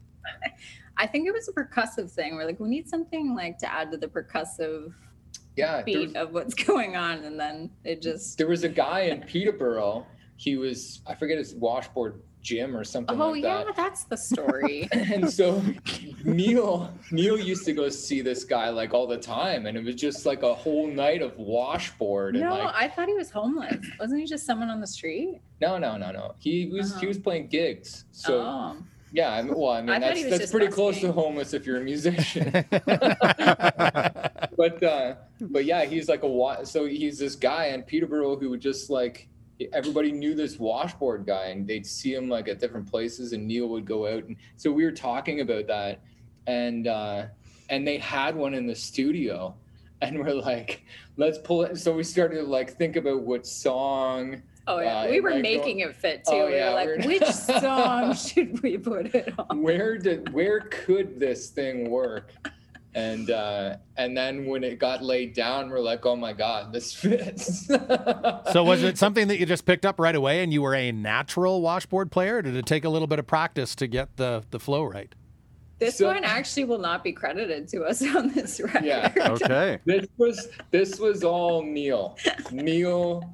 Speaker 2: *laughs*
Speaker 4: I think it was a percussive thing. We're like, we need something like to add to the percussive
Speaker 3: yeah, there
Speaker 4: beat
Speaker 3: was,
Speaker 4: of what's *laughs* going on, and then it just.
Speaker 3: there was a guy in Peterborough. He was I forget his washboard gym or something
Speaker 4: Oh
Speaker 3: like
Speaker 4: yeah,
Speaker 3: that.
Speaker 4: that's the story.
Speaker 3: *laughs* And so Neil Neil used to go see this guy like all the time, and it was just like a whole night of washboard and
Speaker 4: no,
Speaker 3: like
Speaker 4: I thought he was homeless. Wasn't he just someone on the street?
Speaker 3: no no no no he was he
Speaker 4: Uh-huh.
Speaker 3: was playing gigs so
Speaker 4: oh.
Speaker 3: yeah I mean, well I mean
Speaker 4: I thought
Speaker 3: that's
Speaker 4: he was
Speaker 3: that's
Speaker 4: just
Speaker 3: pretty close to
Speaker 4: busking.
Speaker 3: homeless if you're a musician
Speaker 2: *laughs* yeah.
Speaker 3: but uh, but yeah, he's like a wa- so he's this guy in Peterborough who would just like everybody knew this washboard guy, and they'd see him like at different places, and Neil would go out, and so we were talking about that, and uh, and they had one in the studio, and we're like, let's pull it. So we started to like think about what song.
Speaker 4: Oh yeah,
Speaker 3: Uh,
Speaker 4: we were
Speaker 3: like,
Speaker 4: making it fit too.
Speaker 3: Oh,
Speaker 4: we
Speaker 3: yeah,
Speaker 4: were like,
Speaker 3: we're- *laughs*
Speaker 4: which song should we put it on?
Speaker 3: where did where could this thing work and uh and then when it got laid down we're like oh my god this fits
Speaker 2: so was it something that you just picked up right away and you were a natural washboard player? Or did it take a little bit of practice to get the, the flow right?
Speaker 4: This
Speaker 3: So-
Speaker 4: one actually will not be credited to us *laughs* on this record.
Speaker 3: Yeah.
Speaker 1: *laughs* Okay.
Speaker 3: this was this was all neil neil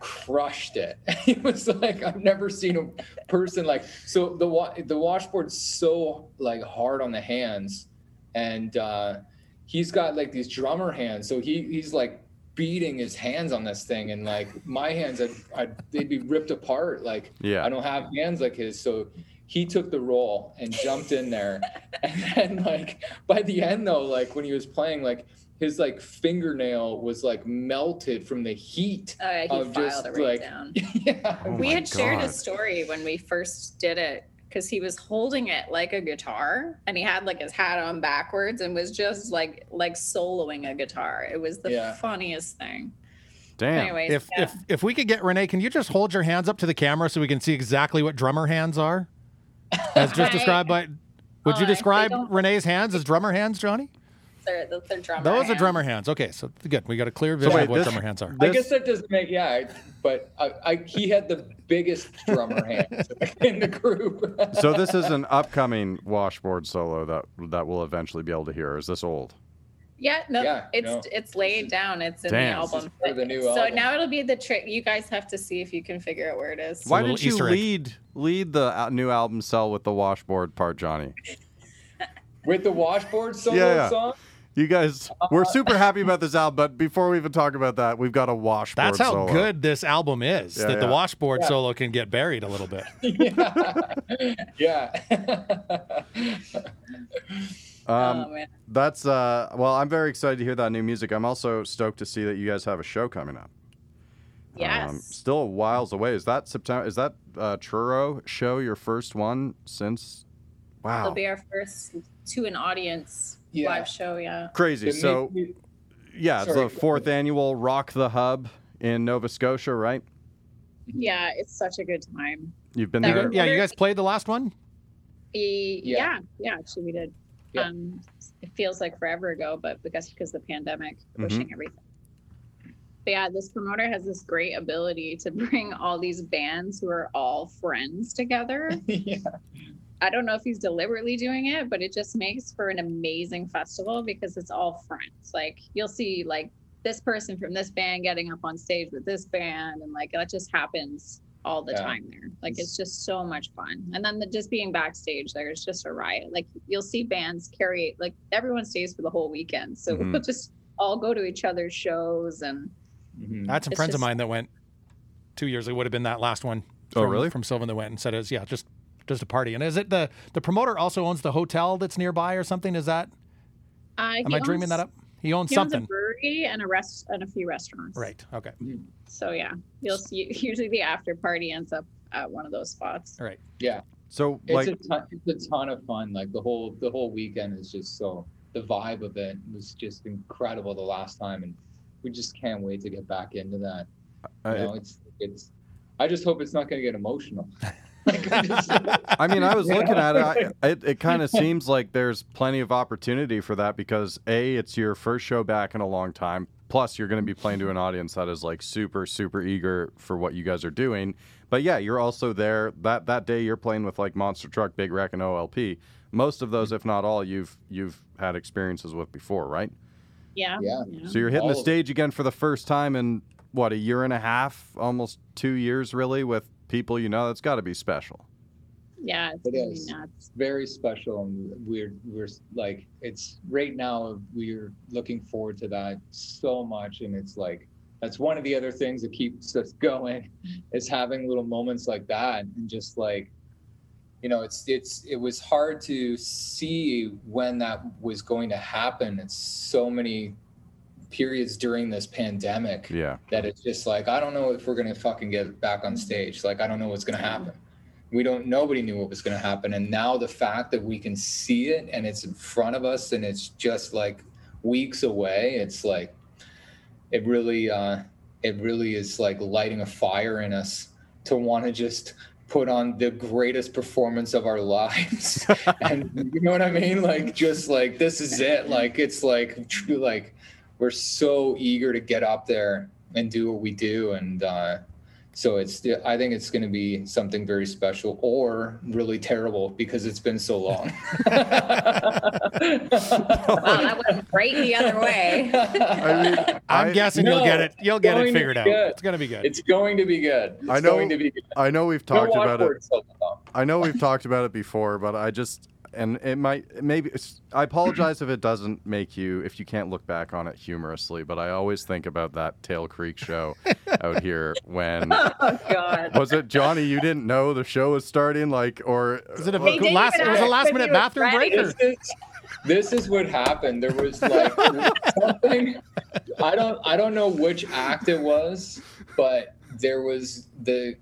Speaker 3: crushed it *laughs* he was like i've never seen a person like so the wa- the washboard's so like hard on the hands and uh he's got like these drummer hands so he he's like beating his hands on this thing and like my hands I'd, I'd they'd be ripped apart like
Speaker 1: Yeah.
Speaker 3: I don't have hands like his. So he took the role and jumped in there. *laughs* and then like by the end though, like when he was playing, like his like fingernail was like melted from the heat. *laughs*
Speaker 4: Oh, yeah, he
Speaker 3: Of
Speaker 4: filed
Speaker 3: just,
Speaker 4: it right
Speaker 3: like-
Speaker 4: down.
Speaker 3: yeah.
Speaker 1: Oh
Speaker 4: we
Speaker 1: my
Speaker 4: had shared a
Speaker 1: God.
Speaker 4: story when we first did it because he was holding it like a guitar and he had like his hat on backwards and was just like like soloing a guitar. It was the
Speaker 3: Yeah.
Speaker 4: funniest thing.
Speaker 1: Damn.
Speaker 4: Anyways,
Speaker 2: If
Speaker 4: yeah.
Speaker 2: if if we could get Renee, can you just hold your hands up to the camera so we can see exactly what drummer hands are? As just
Speaker 4: Right.
Speaker 2: described by would
Speaker 4: Oh,
Speaker 2: you
Speaker 4: if they
Speaker 2: describe
Speaker 4: don't-
Speaker 2: Renee's hands as drummer hands, Johnny?
Speaker 4: they're, they're drummer
Speaker 2: Those are
Speaker 4: hands.
Speaker 2: drummer hands. Okay, so good. We got a clear vision
Speaker 1: wait,
Speaker 2: of what
Speaker 1: this-
Speaker 2: drummer hands are.
Speaker 3: I
Speaker 1: This-
Speaker 3: guess that doesn't make yeah, I- but I, I he had the biggest drummer hands *laughs* in the group. *laughs*
Speaker 1: So
Speaker 4: *laughs*
Speaker 1: this is an upcoming washboard solo that that we'll eventually be able to hear. Is this old?
Speaker 4: Yeah, no,
Speaker 3: Yeah,
Speaker 4: it's
Speaker 3: no.
Speaker 4: it's laid
Speaker 3: is-
Speaker 4: down. It's in
Speaker 1: Damn.
Speaker 4: the
Speaker 1: This is
Speaker 4: album.
Speaker 3: part of the new
Speaker 4: so
Speaker 3: album.
Speaker 4: now it'll be the trick. You guys have to see if you can figure out where it is.
Speaker 2: a
Speaker 1: Why
Speaker 2: little
Speaker 1: did you
Speaker 2: Easter egg.
Speaker 1: lead lead the uh, new album sell with the washboard part, Johnny?
Speaker 3: With the washboard solo
Speaker 1: Yeah, yeah.
Speaker 3: song. *laughs*
Speaker 1: You guys, we're super happy about this album, but before we even talk about that, we've got a washboard.
Speaker 2: That's how
Speaker 1: solo.
Speaker 2: good this album is.
Speaker 1: Yeah,
Speaker 2: that the
Speaker 1: yeah.
Speaker 2: washboard
Speaker 3: Yeah.
Speaker 2: solo can get buried a little bit.
Speaker 3: yeah. yeah. *laughs*
Speaker 1: Um,
Speaker 4: oh man,
Speaker 1: that's uh, well, I'm very excited to hear that new music. I'm also stoked to see that you guys have a show coming up. Um,
Speaker 4: yes.
Speaker 1: still a whiles away. Is that September? Is that uh, Truro show your first one since? Wow,
Speaker 4: It'll be our first to an audience
Speaker 3: Yeah.
Speaker 4: live show. Yeah.
Speaker 1: crazy.
Speaker 3: It
Speaker 1: So
Speaker 3: made me-
Speaker 1: yeah, it's
Speaker 3: sorry,
Speaker 1: the
Speaker 3: go
Speaker 1: fourth
Speaker 3: ahead.
Speaker 1: annual Rock the Hub in Nova Scotia, right?
Speaker 4: Yeah, it's such a good time.
Speaker 1: You've been
Speaker 4: That
Speaker 1: there.
Speaker 4: would-
Speaker 2: Yeah, you guys played the last one?
Speaker 4: E-
Speaker 3: Yeah.
Speaker 4: yeah. yeah, actually we did.
Speaker 3: Yeah.
Speaker 4: Um, it feels like forever ago, but because because the pandemic
Speaker 3: Mm-hmm.
Speaker 4: pushing everything. But yeah, this promoter has this great ability to *laughs* bring all these bands who are all friends together
Speaker 3: *laughs* yeah.
Speaker 4: I don't know if he's deliberately doing it, but it just makes for an amazing festival because it's all friends. Like you'll see like this person from this band getting up on stage with this band and like that just happens all the
Speaker 3: Yeah.
Speaker 4: time there. Like it's just so much fun. And then the, just being backstage there is just a riot. Like you'll see bands carry like everyone stays for the whole weekend. So
Speaker 2: Mm-hmm.
Speaker 1: Mhm.
Speaker 4: we'll just all go to each other's shows and
Speaker 3: Mhm.
Speaker 2: I had some
Speaker 4: It's
Speaker 2: friends of
Speaker 4: just-
Speaker 2: mine that went two years. It would have been that last one.
Speaker 1: Oh,
Speaker 2: from-
Speaker 1: really?
Speaker 2: From Sylvan that went and said it was yeah, just just a party. And is it the the promoter also owns the hotel that's nearby or something? Is that
Speaker 4: uh, he
Speaker 2: am I dreaming
Speaker 4: owns-
Speaker 2: that up? He owns
Speaker 4: He
Speaker 2: something.
Speaker 4: owns a brewery and a rest and a few restaurants.
Speaker 2: right.
Speaker 4: *laughs*
Speaker 2: Okay.
Speaker 4: So yeah, you'll see. *laughs* Usually the after party ends up at one of those spots.
Speaker 2: All right.
Speaker 1: So
Speaker 3: It's
Speaker 1: like
Speaker 3: a ton, it's a ton of fun. Like the whole the whole weekend is just so the vibe of it was just incredible the last time, and we just can't wait to get back into that. You
Speaker 1: uh,
Speaker 3: know, it's it's. I just hope it's not going to
Speaker 1: *laughs*
Speaker 3: get emotional. *laughs* Like, I just-
Speaker 1: I mean, I was
Speaker 3: Yeah.
Speaker 1: looking at it. *laughs* I, it it kind of seems like there's plenty of opportunity for that because a, it's your first show back in a long time. Plus, you're going to be playing to an audience that is like super, super eager for what you guys are doing. But yeah, you're also there that that day. You're playing with like Monster Truck, Big Wreck, and OLP. Most of those, if not all, you've you've had experiences with before, right?
Speaker 5: Yeah.
Speaker 3: Yeah.
Speaker 5: yeah.
Speaker 1: So you're hitting the
Speaker 3: All of it.
Speaker 1: stage again for the first time in what a year and a half, almost two years, really, with people you know. That's got to be special.
Speaker 5: Yeah, it's
Speaker 3: It
Speaker 5: gonna be
Speaker 3: is.
Speaker 5: nuts.
Speaker 3: very special and we're we're like it's right now we're looking forward to that so much and it's like that's one of the other things that keeps us *laughs* going is having little moments like that and just like you know it's it's it was hard to see when that was going to happen it's so many periods during this pandemic
Speaker 1: Yeah.
Speaker 3: that it's just like I don't know if we're gonna fucking get back on stage. Like I don't know what's gonna happen. We don't. Nobody knew what was gonna happen, and now the fact that we can see it and it's in front of us and it's just like weeks away. It's like it really, uh, it really is like lighting a fire in us to want to just put on the greatest performance of our *laughs* lives and you know what i mean like just like this is it like it's like tr- like we're so eager to get up there and do what we do and uh so it's i think it's going to be something very special or really terrible because it's been so long *laughs*
Speaker 4: Wow, that
Speaker 3: *laughs*
Speaker 4: went right the *laughs* other way.
Speaker 1: I mean,
Speaker 2: I'm
Speaker 1: I-
Speaker 2: guessing you'll
Speaker 3: No,
Speaker 2: get it. You'll get it
Speaker 3: going to
Speaker 2: figured out.
Speaker 3: be good.
Speaker 2: It's gonna be good.
Speaker 3: it's going to be good it's
Speaker 1: I know-
Speaker 3: going to be good
Speaker 1: I know we've
Speaker 3: Don't
Speaker 1: talked
Speaker 3: walk
Speaker 1: about it.
Speaker 3: forward so long.
Speaker 1: I know we've talked about it before, but I just and it might maybe it's- I apologize if it doesn't make you if you can't look back on it humorously, but I always think about that Tail Creek
Speaker 2: *laughs*
Speaker 1: show out here when
Speaker 4: Oh God.
Speaker 1: was it Johnny? You didn't know the show was starting, like or
Speaker 2: Is it a
Speaker 4: They didn't
Speaker 2: last?
Speaker 4: even
Speaker 2: It was a
Speaker 4: ask
Speaker 2: last
Speaker 4: if
Speaker 2: minute
Speaker 4: you were
Speaker 2: bathroom
Speaker 4: ready. *laughs*
Speaker 2: breaker.
Speaker 3: This is, this is what happened. There was like
Speaker 1: *laughs*
Speaker 3: something. I don't. I don't know which act it was, but there was the.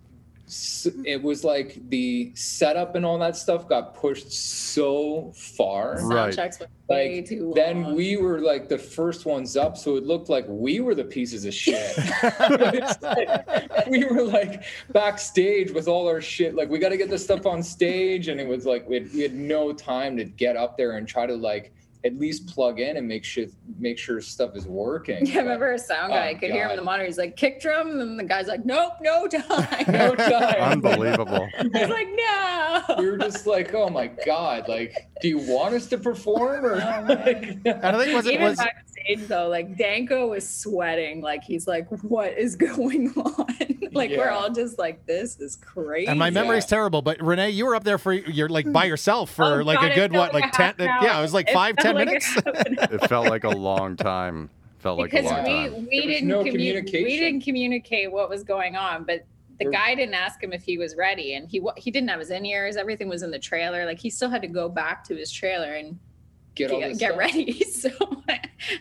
Speaker 3: It was like the setup and all that stuff got pushed so far.
Speaker 1: Right.
Speaker 4: Sound checks went way
Speaker 3: Like
Speaker 4: too
Speaker 3: then
Speaker 4: long.
Speaker 3: we were like the first ones up, so it looked like we were the pieces of
Speaker 4: *laughs*
Speaker 3: shit. *laughs* It's like, we were like backstage with all our shit. Like we got to get this stuff on stage, and it was like we had, we had no time to get up there and try to like at least plug in and make shit make sure stuff is working.
Speaker 4: *laughs* Yeah, I remember a sound guy.
Speaker 3: Oh,
Speaker 4: I could hear him in the
Speaker 3: God.
Speaker 4: monitor. He's like, kick drum. And the guy's like, nope, no time.
Speaker 3: No
Speaker 1: *laughs*
Speaker 3: time.
Speaker 2: *laughs*
Speaker 1: unbelievable.
Speaker 4: *laughs* He's like, no.
Speaker 3: we were just like, oh my god! Like, do you want us to perform
Speaker 4: *laughs*
Speaker 3: or?
Speaker 4: Oh
Speaker 2: And I think was it
Speaker 4: Even
Speaker 2: was
Speaker 4: backstage though, like Danko was sweating. Like he's like, what is *laughs* going on? like we're
Speaker 3: Yeah.
Speaker 4: all just like, this is crazy.
Speaker 2: and my memory's terrible, but Renee, you were up there for you're like by yourself for
Speaker 4: Oh,
Speaker 2: like
Speaker 4: God,
Speaker 2: a
Speaker 4: it
Speaker 2: good
Speaker 4: felt
Speaker 2: what like
Speaker 4: a
Speaker 2: ten
Speaker 4: half an
Speaker 2: yeah, it was like
Speaker 4: hour.
Speaker 2: five ten
Speaker 4: felt like a *laughs*
Speaker 2: minutes. *laughs*
Speaker 4: half an hour.
Speaker 1: It felt like a long time. Felt like a
Speaker 4: because
Speaker 1: long
Speaker 4: we,
Speaker 1: time.
Speaker 4: we
Speaker 3: There was
Speaker 4: didn't
Speaker 3: no
Speaker 4: commu- we
Speaker 3: communication.
Speaker 4: didn't communicate what was going on but the
Speaker 3: There-
Speaker 4: guy didn't ask him if he was ready and he wa- he didn't have his in ears everything was in the trailer like he still had to go back to his trailer and
Speaker 3: *laughs* Get all
Speaker 4: get,
Speaker 3: this
Speaker 4: get
Speaker 3: stuff.
Speaker 4: ready *laughs* so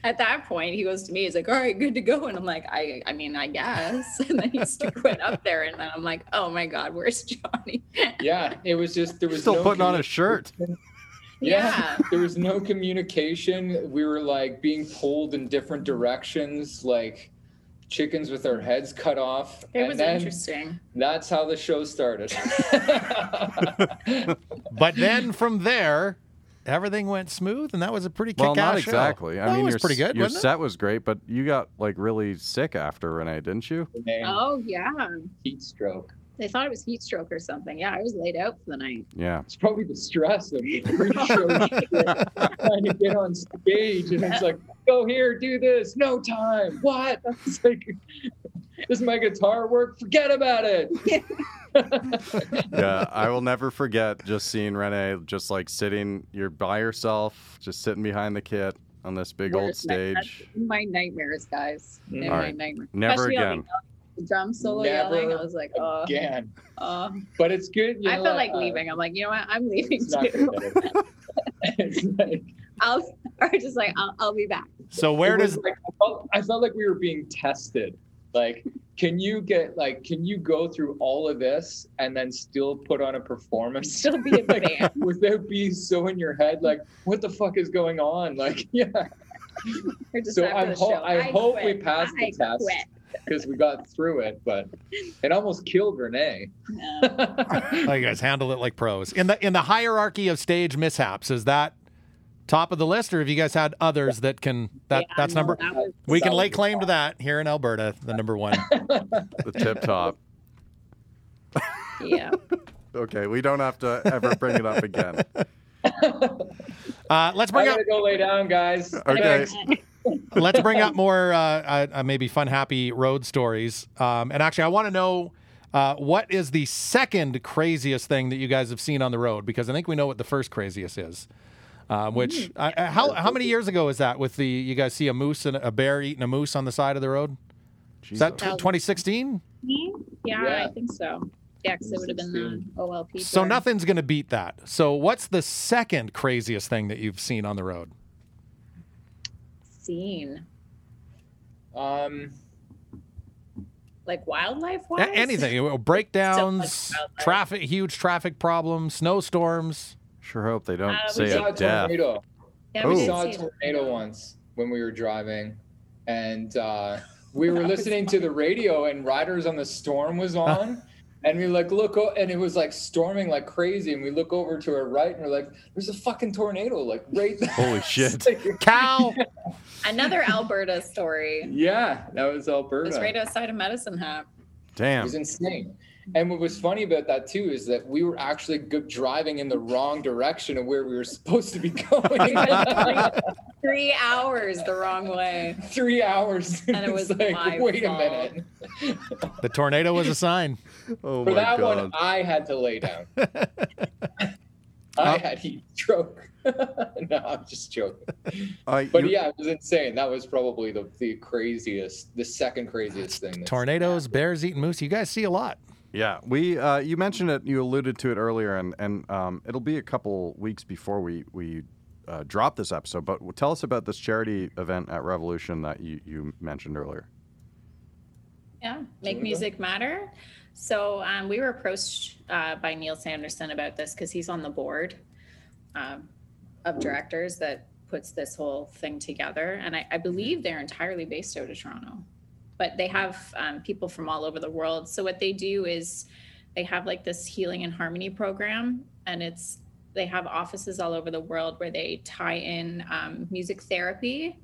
Speaker 4: at that point he goes to me he's like all right good to go and i'm like i i mean i guess *laughs* and then he still
Speaker 3: *laughs*
Speaker 4: went up there and then i'm like oh my god where's johnny *laughs*
Speaker 3: Yeah, it was just there was
Speaker 1: Still
Speaker 3: no
Speaker 1: putting on a
Speaker 3: commu-
Speaker 1: shirt.
Speaker 3: Yeah. *laughs* there was no communication. We were like being pulled in different directions, like chickens with our heads cut off.
Speaker 4: it
Speaker 3: and
Speaker 4: was
Speaker 3: then
Speaker 4: interesting
Speaker 3: That's how the show
Speaker 4: *laughs*
Speaker 3: started.
Speaker 2: But then from there, everything went smooth, and that was a pretty kick-ass
Speaker 1: Well, not
Speaker 2: show.
Speaker 1: exactly. I
Speaker 2: No,
Speaker 1: mean,
Speaker 2: it was
Speaker 1: your,
Speaker 2: pretty good,
Speaker 1: Your
Speaker 2: wasn't
Speaker 1: set was great, but you got like really sick after Renee, didn't you?
Speaker 3: The name,
Speaker 4: oh yeah
Speaker 3: Heat stroke.
Speaker 4: they thought it was heat stroke or something yeah i was laid out for the night
Speaker 1: Yeah.
Speaker 3: It's probably the stress of the pre-show shit, *laughs* trying to get on stage, and it's like, go here, do this, no time. What? *laughs* It's like, does my guitar work? Forget about it.
Speaker 1: Yeah. I will never forget just seeing Renee just like sitting, you're by yourself, just sitting behind the kit on this big old
Speaker 4: Worst night. That's
Speaker 1: stage.
Speaker 4: my nightmares, guys. They're
Speaker 1: All
Speaker 4: my
Speaker 1: right.
Speaker 4: nightmares.
Speaker 1: Never
Speaker 4: Especially
Speaker 1: again.
Speaker 4: The drum solo
Speaker 3: Never
Speaker 4: yelling. I was like, oh,
Speaker 3: Again,
Speaker 4: oh.
Speaker 3: but it's good. you
Speaker 4: I
Speaker 3: know,
Speaker 4: felt like
Speaker 3: uh,
Speaker 4: leaving. I'm like, you know what? I'm leaving
Speaker 3: It's not
Speaker 4: too.
Speaker 3: good that it- *laughs* it's like,
Speaker 4: *laughs* I'll, or just like, I'll, I'll be back.
Speaker 2: it? So where
Speaker 3: it was
Speaker 2: does
Speaker 3: like, I, felt, I felt like we were being tested. Like, can you get like can you go through all of this and then still put on a performance?
Speaker 4: Still be in
Speaker 3: *laughs*
Speaker 4: the
Speaker 3: Like,
Speaker 4: band.
Speaker 3: without being so in your head, like what the fuck is going on? Like, *laughs* yeah.
Speaker 4: Or just
Speaker 3: So
Speaker 4: after
Speaker 3: I
Speaker 4: the
Speaker 3: ho-
Speaker 4: show.
Speaker 3: I hope we
Speaker 4: quit.
Speaker 3: passed the
Speaker 4: I
Speaker 3: test.
Speaker 4: Quit.
Speaker 3: Because we got through it, but it almost killed Renee. *laughs*
Speaker 4: No.
Speaker 2: *laughs* oh, you guys handle it like pros in the in the hierarchy of stage mishaps? Is that top of the list, or have you guys had others that can that
Speaker 4: Yeah,
Speaker 2: that's
Speaker 4: no,
Speaker 2: number?
Speaker 4: that was-
Speaker 2: We can
Speaker 3: That
Speaker 2: lay
Speaker 3: was-
Speaker 2: claim to that here in Alberta, the number one.
Speaker 1: The tip top.
Speaker 4: *laughs* yeah.
Speaker 1: Okay. We don't have to ever bring it
Speaker 3: *laughs*
Speaker 1: up again.
Speaker 2: Uh, let's Uh,
Speaker 3: I
Speaker 2: bring up.
Speaker 3: gotta go lay down, guys.
Speaker 1: Okay.
Speaker 3: Thanks.
Speaker 2: let's bring up more uh, uh, uh, maybe fun, happy road stories. Um, and actually, I want to know uh, what is the second craziest thing that you guys have seen on the road? Because I think we know what the first craziest is. Um, which I I- how how many years ago is that? With the you guys see a moose and a bear eating a moose on the side of the road? Is that
Speaker 1: Jesus.
Speaker 4: That was-
Speaker 2: 2016?
Speaker 4: Yeah,
Speaker 3: Yeah.
Speaker 4: I think so. Yeah, because it would have been the OLP.
Speaker 2: So
Speaker 4: tour.
Speaker 2: nothing's going to beat that. So what's the second craziest thing that you've seen on the road?
Speaker 4: seen
Speaker 3: Um,
Speaker 4: like wildlife
Speaker 2: A-
Speaker 4: wise.
Speaker 2: anything? You know, Breakdowns,
Speaker 4: So much wildlife.
Speaker 2: traffic, huge traffic problems, snowstorms.
Speaker 1: Sure hope they don't
Speaker 4: Uh, we
Speaker 1: say
Speaker 3: we saw
Speaker 1: a
Speaker 3: a
Speaker 1: death.
Speaker 3: tornado.
Speaker 4: *laughs* Yeah,
Speaker 1: Oh.
Speaker 4: we
Speaker 3: We
Speaker 4: did
Speaker 3: saw a
Speaker 4: see it.
Speaker 3: tornado once when we were driving, and
Speaker 4: *laughs*
Speaker 3: uh, we were
Speaker 4: That was
Speaker 3: listening to the radio, and Riders on the Storm was
Speaker 1: Uh-huh.
Speaker 3: on. And we like look, o- and it was like storming like crazy. And we look over to our right, and we're like, "There's a fucking tornado like right there." *laughs*
Speaker 1: Holy shit.
Speaker 2: Cow.
Speaker 4: Another Alberta story.
Speaker 3: yeah, that was
Speaker 4: It
Speaker 3: Alberta.
Speaker 4: was right outside of Medicine Hat.
Speaker 1: Damn.
Speaker 3: It was insane. And what was funny about that too is that we were actually go- driving in the wrong direction of where we were supposed to be *laughs* going.
Speaker 4: Three hours the wrong way.
Speaker 3: *laughs* Three hours.
Speaker 4: And it was my
Speaker 3: like, wait
Speaker 4: fault."
Speaker 3: a minute.
Speaker 2: the tornado was a sign.
Speaker 1: Oh
Speaker 3: For
Speaker 1: my
Speaker 3: that
Speaker 1: god.
Speaker 3: one, I had to
Speaker 1: *laughs*
Speaker 3: lay down. I had heat stroke. *laughs* no, I'm just joking.
Speaker 1: I,
Speaker 3: Uh, But
Speaker 1: Uh, you-
Speaker 3: yeah, it was insane. That was probably the, the craziest, the second craziest thing. that's-
Speaker 2: Tornadoes, bears eating moose. You guys see a lot.
Speaker 1: Yeah, we uh, you mentioned it, you alluded to it earlier, and and um, it'll be a couple weeks before we we uh, drop this episode. But tell us about this charity event at Revolution that you you mentioned earlier.
Speaker 4: Yeah, make music matter. So um, we were approached uh, by Neil Sanderson about this because he's on the board um, of directors that puts this whole thing together, and I, I believe they're entirely based out of Toronto, but they have um, people from all over the world. So what they do is they have like this healing and harmony program, and it's they have offices all over the world where they tie in um, music therapy,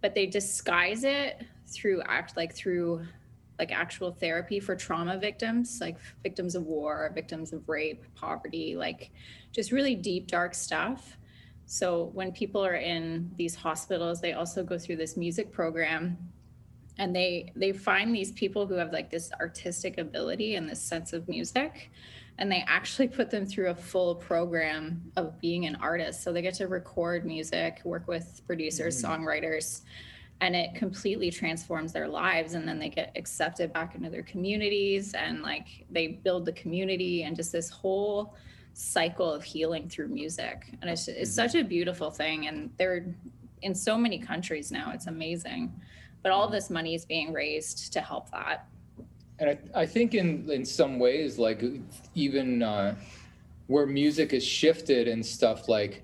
Speaker 4: but they disguise it through act like through like actual therapy for trauma victims, like victims of war, victims of rape, poverty, like just really deep, dark stuff. So when people are in these hospitals, they also go through this music program and they they find these people who have like this artistic ability and this sense of music and they actually put them through a full program of being an artist so they get to record music work with producers songwriters and it completely transforms their lives and then they get accepted back into their communities and like they build the community and just this whole cycle of healing through music and it's,
Speaker 3: Mm-hmm.
Speaker 4: it's such a beautiful thing and they're in so many countries now it's amazing but all this money is being raised to help that
Speaker 3: and I, I think in in some ways like even uh, where music is shifted and stuff like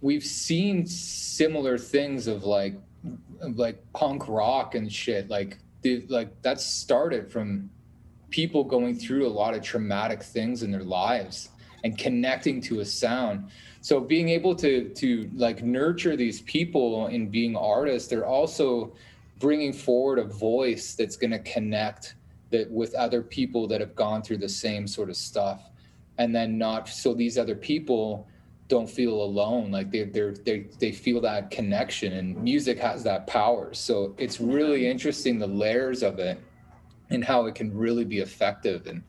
Speaker 3: we've seen similar things of like of, like punk rock and shit like the, like that started from people going through a lot of traumatic things in their lives and connecting to a sound so being able to to like nurture these people in being artists they're also bringing forward a voice that's going to connect that with other people that have gone through the same sort of stuff and then not so these other people don't feel alone like they they're, they they feel that connection and music has that power so it's really interesting the layers of it and how it can really be effective and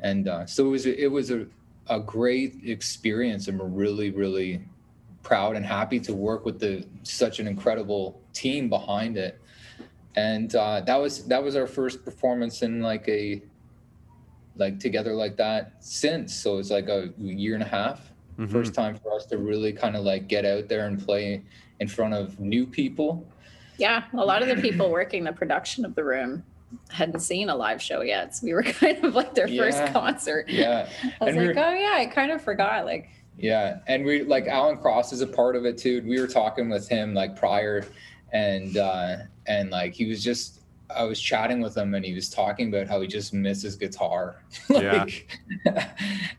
Speaker 3: and uh, so it was a- it was a, a great experience and we're really really proud and happy to work with the such an incredible team behind it and uh, that was that was our first performance in like a like together like that since so it's like a year and a half
Speaker 1: Mhm.
Speaker 3: first time for us to really kind of like get out there and play in front of new people
Speaker 4: yeah a lot of the *clears throat* people working the production of the room hadn't seen a live show yet so we were *laughs* kind of like their
Speaker 3: Yeah.
Speaker 4: first concert
Speaker 3: yeah
Speaker 4: i was
Speaker 3: And we
Speaker 4: like
Speaker 3: were-
Speaker 4: oh yeah i kind of forgot like
Speaker 3: Yeah, and we like Alan Cross is a part of it too. We were talking with him like prior, and uh, and like he was just I was chatting with him and he was talking about how he just misses guitar. *laughs* like,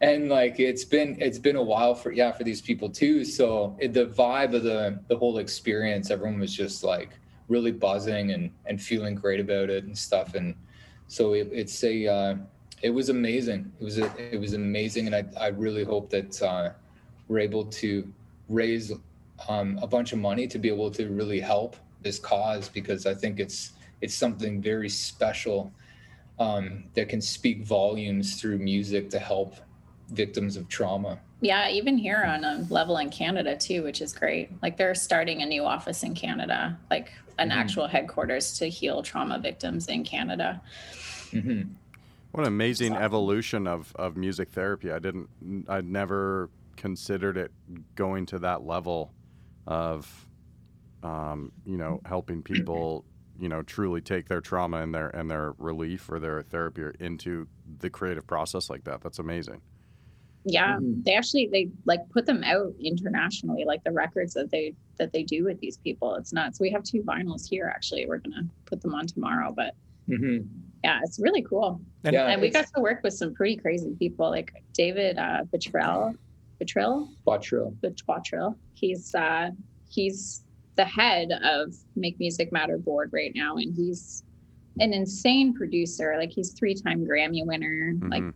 Speaker 3: and like it's been it's been a while for yeah for these people too. So it, the vibe of the the whole experience, everyone was just like really buzzing and and feeling great about it and stuff. And so it, it's a uh, it was amazing. It was a, it was amazing, and I I really hope that. Uh, we're able to raise um, a bunch of money to be able to really help this cause because I think it's it's something very special um, that can speak volumes through music to help victims of trauma.
Speaker 4: Yeah, even here on a level in Canada too, which is great. Like they're starting a new office in Canada, like an
Speaker 3: Mhm.
Speaker 4: actual headquarters to heal trauma victims in Canada.
Speaker 3: hmm
Speaker 1: What an amazing
Speaker 4: Exactly.
Speaker 1: evolution of, of music therapy. I didn't, I never considered it going to that level of, um, you know, helping people, you know, truly take their trauma and their and their relief or their therapy into the creative process like that. That's amazing.
Speaker 4: Yeah,
Speaker 3: Mhm.
Speaker 4: they actually they like put them out internationally, like the records that they that they do with these people. It's nuts. We have two vinyls here actually. We're gonna put them on tomorrow, but
Speaker 3: hmm
Speaker 4: yeah, it's really cool.
Speaker 2: And-
Speaker 3: yeah,
Speaker 4: And we
Speaker 3: it's
Speaker 4: got to work with some pretty crazy people, like David uh, Betrell, Betrell,
Speaker 3: Quattril.
Speaker 4: Butch Quattrell. He's uh, he's the head of Make Music Matter board right now, and he's an insane producer. Like he's three time Grammy winner. Like
Speaker 1: Mhm.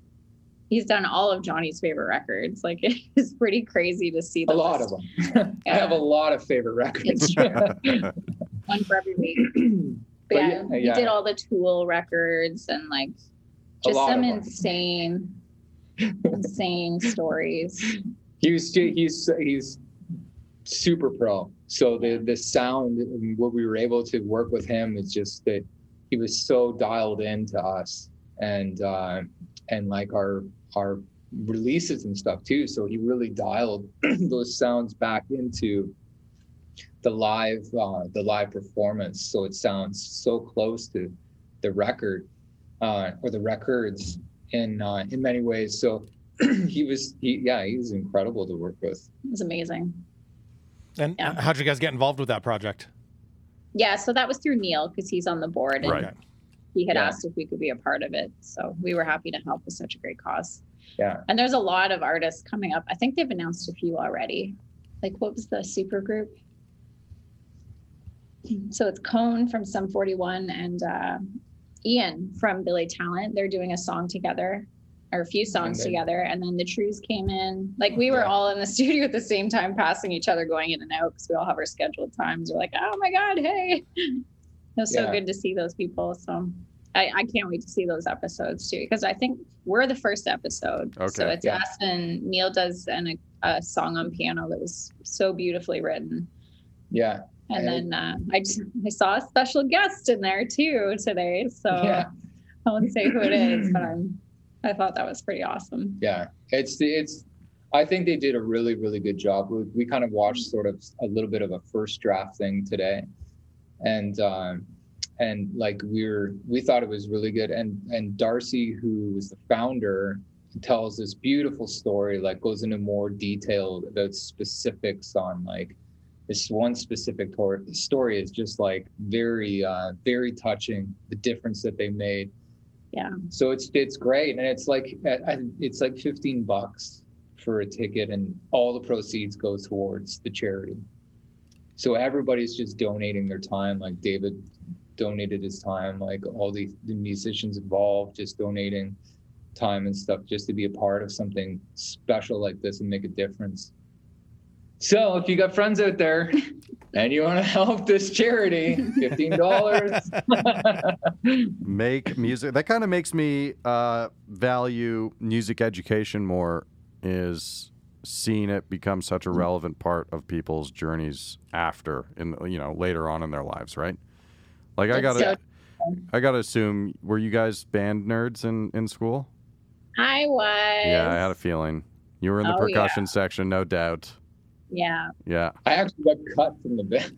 Speaker 4: he's done all of Johnny's favorite records. Like *laughs* it's pretty crazy to see the
Speaker 3: A lot of
Speaker 4: list.
Speaker 3: them. I have a lot of favorite records.
Speaker 4: It's
Speaker 3: *laughs*
Speaker 4: one for every week. But,
Speaker 3: But
Speaker 4: yeah,
Speaker 3: yeah,
Speaker 4: he
Speaker 3: yeah.
Speaker 4: did all the Tool records and like
Speaker 3: A
Speaker 4: just
Speaker 3: lot
Speaker 4: some
Speaker 3: of 'em.
Speaker 4: insane, insane stories.
Speaker 3: he was he's he's super pro so the the sound and what we were able to work with him is just that he was so dialed in to us and uh and like our our releases and stuff too so he really dialed *clears throat* those sounds back into the live uh the live performance so it sounds so close to the record uh or the records in uh in many ways so *clears throat* he was he yeah he was incredible to work with
Speaker 4: It was amazing.
Speaker 2: And
Speaker 4: Yeah.
Speaker 2: how'd you guys get involved with that project?
Speaker 4: Yeah, so that was through Neil because he's on the board and
Speaker 1: Right.
Speaker 4: he had
Speaker 3: Yeah.
Speaker 4: asked if we could be a part of it. So we were happy to help with such a great cause.
Speaker 3: Yeah.
Speaker 4: And there's a lot of artists coming up. I think they've announced a few already. Like what was the super group? So it's Cone from Sum 41 and uh, Ian from Billy Talent. They're doing a song together or a few songs
Speaker 3: then-
Speaker 4: together. And then the Trues came in. Like we were
Speaker 3: Yeah.
Speaker 4: all in the *laughs* studio at the same time, passing each other, going in and out because we all have our scheduled times. We're like, oh my God, hey. It was so
Speaker 3: Yeah.
Speaker 4: good to see those people. So I, I can't wait to see those episodes too because I think we're the first episode. So
Speaker 1: Okay.
Speaker 4: it's
Speaker 3: Yeah.
Speaker 4: us and Neil does an, a song on piano that was so beautifully written.
Speaker 3: yeah
Speaker 4: And
Speaker 3: Yeah.
Speaker 4: then uh, I just, I saw a special guest in there too today. So
Speaker 3: Yeah.
Speaker 4: I won't say who it is,
Speaker 3: *laughs*
Speaker 4: but I'm, I thought that was pretty awesome.
Speaker 3: yeah it's it's i think they did a really really good job we, we kind of watched sort of a little bit of a first draft thing today and um and like we were we thought it was really good and and darcy who was the founder tells this beautiful story like goes into more detail about specifics on like this one specific tor- story is just like very uh very touching the difference that they made
Speaker 4: Yeah.
Speaker 3: so it's it's great and it's like uh, I- I- it's like 15 bucks for a ticket and all the proceeds go towards the charity so everybody's just donating their time like david donated his time like all the, the musicians involved just donating time and stuff just to be a part of something special like this and make a difference so if you got friends out there and you want to help this charity $15
Speaker 4: *coughs*
Speaker 1: Make music. That kind of makes me uh, value music education more. Is seeing it become such a
Speaker 4: Mm.
Speaker 1: relevant part of people's journeys after, in you know, later on in their lives, right? Like I
Speaker 4: That's
Speaker 1: gotta, I gotta assume. Were you guys band nerds in in school?
Speaker 4: I was.
Speaker 1: Yeah, I had a feeling you were in the
Speaker 4: Oh, yeah.
Speaker 1: percussion section, no doubt.
Speaker 4: Yeah.
Speaker 1: Yeah.
Speaker 3: *laughs* I actually got cut from the band.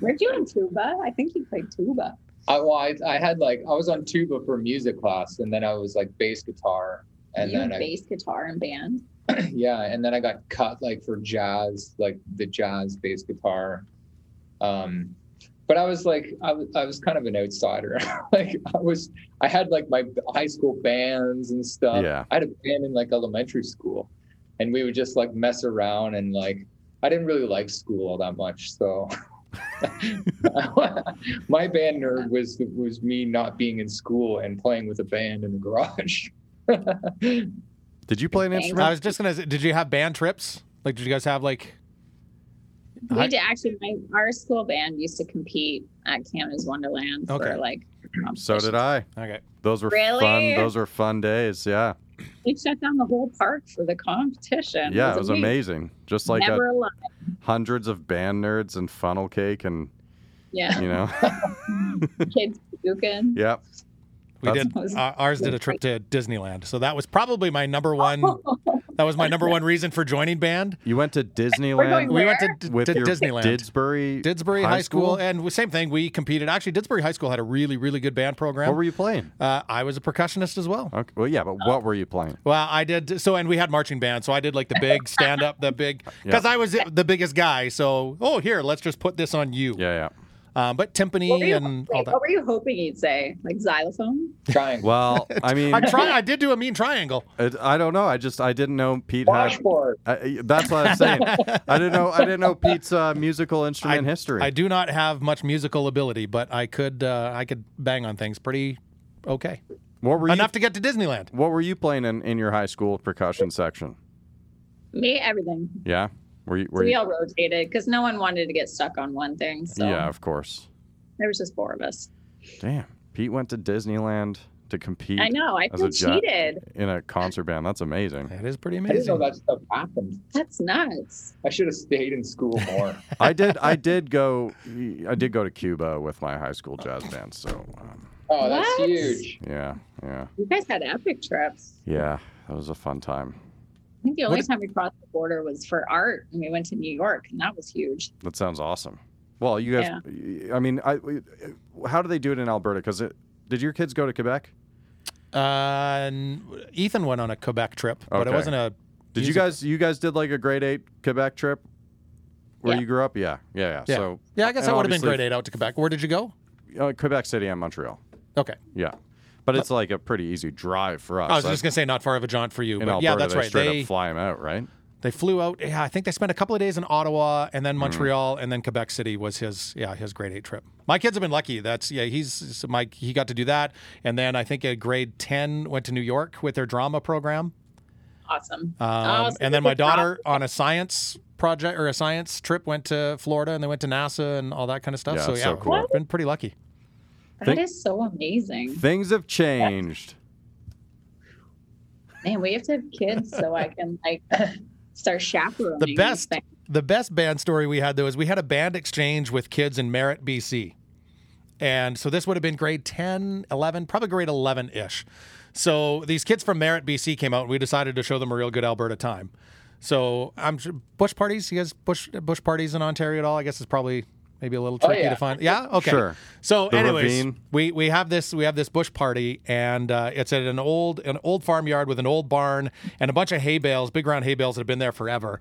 Speaker 4: Weren't you on tuba? I think you played tuba.
Speaker 3: I, well, I, I had like I was on tuba for music class, and then I was like bass guitar, and
Speaker 4: you
Speaker 3: then
Speaker 4: had bass guitar and band.
Speaker 3: I yeah, and then I got cut like for jazz, like the jazz bass guitar. Um, but I was like I was I was kind of an outsider. *laughs* like I was I had like my high school bands and stuff.
Speaker 1: Yeah.
Speaker 3: I had a band in like elementary school, and we would just like mess around and like I didn't really like school all that much, so *laughs* my band nerd was was me not being in school and playing with a band in the garage. *laughs*
Speaker 1: Did you play an
Speaker 4: Thanks.
Speaker 1: instrument?
Speaker 2: I was just gonna. say, Did you have band trips? Like, did you guys have like?
Speaker 4: We
Speaker 2: I-
Speaker 4: did actually. My, our school band used to compete at Canada's Wonderland
Speaker 2: Okay.
Speaker 4: for like.
Speaker 1: So did I.
Speaker 2: Okay.
Speaker 1: Those were
Speaker 4: Really?
Speaker 1: fun. Those were fun days. Yeah.
Speaker 4: We shut down the whole park for the competition.
Speaker 1: Yeah, it was amazing. Just like uh
Speaker 4: Never alone.
Speaker 1: hundreds of band nerds and funnel cake and *laughs*
Speaker 4: Yeah,
Speaker 1: you
Speaker 4: *laughs*
Speaker 1: know.
Speaker 4: kids *laughs* puking.
Speaker 1: yep.
Speaker 2: We
Speaker 1: That's-
Speaker 2: did. Uh, ours did a trip to Disneyland, so that was probably my number one. That was my number one reason for joining band.
Speaker 1: You went to
Speaker 4: going
Speaker 1: Disneyland
Speaker 2: We went to,
Speaker 1: with
Speaker 2: to
Speaker 1: your
Speaker 2: Disneyland.
Speaker 1: Didsbury
Speaker 2: Didsbury High School, and and same thing. We competed. Actually, Didsbury High School had a really, really good band program.
Speaker 1: What were you playing?
Speaker 2: uh, I was a percussionist as well.
Speaker 1: Okay. Well, yeah, but
Speaker 2: Oh.
Speaker 1: what were you playing?
Speaker 2: Well, I did so, and we had marching band, so I did like the big stand up, the big because
Speaker 1: Yeah.
Speaker 2: I was the biggest guy. So, oh, here, let's just put this on you.
Speaker 1: Yeah,
Speaker 2: Um, but
Speaker 4: What were,
Speaker 2: timpani
Speaker 4: you,
Speaker 2: and all
Speaker 4: wait,
Speaker 2: that.
Speaker 4: what were you hoping he'd say? Like xylophone?
Speaker 1: yeah.
Speaker 3: Triangle.
Speaker 1: Well, I mean,
Speaker 2: *laughs* I try. I did do a mean triangle.
Speaker 1: *laughs* it, I don't know. I just I didn't know Pete had.
Speaker 3: Washboard.
Speaker 1: I- I, that's what I'm
Speaker 2: *laughs*
Speaker 1: saying. I didn't know. I didn't know Pete's uh, musical instrument history.
Speaker 2: I do not have much musical ability, but I could uh, I could bang on things pretty okay
Speaker 1: what were
Speaker 2: enough to get to Disneyland.
Speaker 1: you? What were you playing in, in your high school percussion section?
Speaker 4: Me, everything.
Speaker 1: Yeah. Were you?
Speaker 4: So
Speaker 1: Were
Speaker 4: we
Speaker 1: you?
Speaker 4: all rotated because no one wanted to get stuck on one thing. So
Speaker 1: Yeah, of course.
Speaker 4: there was just four of us.
Speaker 1: Damn. Pete went to Disneyland to compete
Speaker 4: I know. I
Speaker 1: As
Speaker 4: feel
Speaker 1: a jet.
Speaker 4: cheated.
Speaker 1: in a concert band. That's amazing.
Speaker 2: That is pretty
Speaker 3: I didn't know
Speaker 2: amazing.
Speaker 3: that stuff happened.
Speaker 4: That's nuts.
Speaker 3: I should have stayed in school
Speaker 2: *laughs*
Speaker 3: more.
Speaker 1: I did. I did go. I did go to Cuba with my high school jazz band. So um,
Speaker 3: Oh, that's
Speaker 4: What?
Speaker 3: huge. *laughs*
Speaker 1: yeah, yeah,
Speaker 4: You guys had epic trips.
Speaker 1: yeah. That was a fun time.
Speaker 4: I think the only
Speaker 2: What-
Speaker 4: time we crossed the border was for art, and we went to New York, and that was huge.
Speaker 1: That sounds awesome. Well, you guys. I mean, I. How do they do it in Alberta? Because it. Did your kids go to Quebec?
Speaker 2: Uh, n- Ethan went on a Quebec trip, but it
Speaker 1: Okay.
Speaker 2: wasn't a.
Speaker 1: Did you
Speaker 2: music-
Speaker 1: guys? You guys did like a grade eight Quebec trip, where
Speaker 4: Yeah.
Speaker 1: you grew up? Yeah, yeah, yeah.
Speaker 2: Yeah.
Speaker 1: So
Speaker 2: Yeah, I guess
Speaker 1: and
Speaker 2: I would have been
Speaker 1: obviously-
Speaker 2: grade eight out to Quebec. Where did you go?
Speaker 1: uh, Quebec City and Montreal.
Speaker 2: Okay,
Speaker 1: Yeah, but it's like a pretty easy drive for us.
Speaker 2: I was just gonna say not far of a jaunt for
Speaker 1: in
Speaker 2: you, but
Speaker 1: Alberta,
Speaker 2: yeah, that's
Speaker 1: they
Speaker 2: right.
Speaker 1: Straight
Speaker 2: They
Speaker 1: up fly them out, right?
Speaker 2: they flew out. Yeah, I think they spent a couple of days in Ottawa and
Speaker 1: Hmm.
Speaker 2: then Montreal and then Quebec City was his yeah his grade eight trip. My kids have been lucky. That's yeah he's Mike. He got to do that, and then I think at grade ten went to New York with their drama program.
Speaker 4: Awesome.
Speaker 2: Um,
Speaker 4: Oh, so
Speaker 2: and then my
Speaker 4: it's awesome.
Speaker 2: daughter on a science project or a science trip went to Florida and they went to NASA and all that kind of stuff.
Speaker 1: Yeah,
Speaker 2: so
Speaker 1: that's
Speaker 2: yeah,
Speaker 1: so cool.
Speaker 2: we've been pretty lucky.
Speaker 4: That is so amazing.
Speaker 1: Things have changed.
Speaker 4: Man, we have to have kids so I can like *laughs* start chaperoning.
Speaker 2: The
Speaker 4: these
Speaker 2: best
Speaker 4: things.
Speaker 2: the best band story we had though is we had a band exchange with kids in Merritt, BC. And so this would have been grade 10, 11, probably grade 11 ish. So these kids from Merritt, BC came out and we decided to show them a real good Alberta time. So I'm sure bush parties, you guys bush bush parties in Ontario at all? I guess it's probably maybe a little
Speaker 3: Oh,
Speaker 2: tricky
Speaker 3: yeah.
Speaker 2: to find. Yeah, okay.
Speaker 1: Sure.
Speaker 2: So
Speaker 1: The
Speaker 2: anyways,
Speaker 1: ravine.
Speaker 2: we we have this we have this bush party and uh, it's at an old an old farmyard with an old barn and a bunch of hay bales, big round hay bales that have been there forever.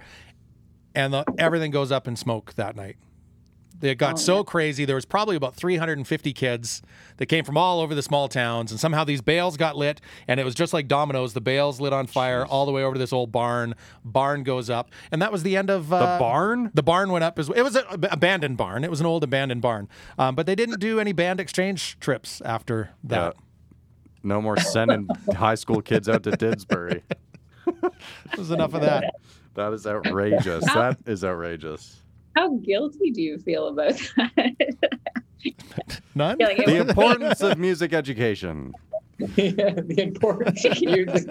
Speaker 2: And the, everything goes up in smoke that night. It got so crazy. There was probably about 350 kids that came from all over the small towns, and somehow these bales got lit, and it was just like dominoes. The bales lit on fire all the way over to this old barn. Barn goes up, and that was the end of uh,
Speaker 1: the barn.
Speaker 2: the barn went up as it was an abandoned barn. It was an old abandoned barn, um, but they didn't do any band exchange trips after that.
Speaker 1: No more
Speaker 3: *laughs*
Speaker 1: sending high school kids out to Didsbury.
Speaker 2: It was enough of that.
Speaker 1: That is outrageous. that is outrageous.
Speaker 4: How guilty do you feel about *laughs* that?
Speaker 2: None.
Speaker 4: You're like,
Speaker 1: The
Speaker 3: *laughs*
Speaker 1: importance of music education.
Speaker 3: yeah, the importance
Speaker 2: *laughs*
Speaker 3: of music.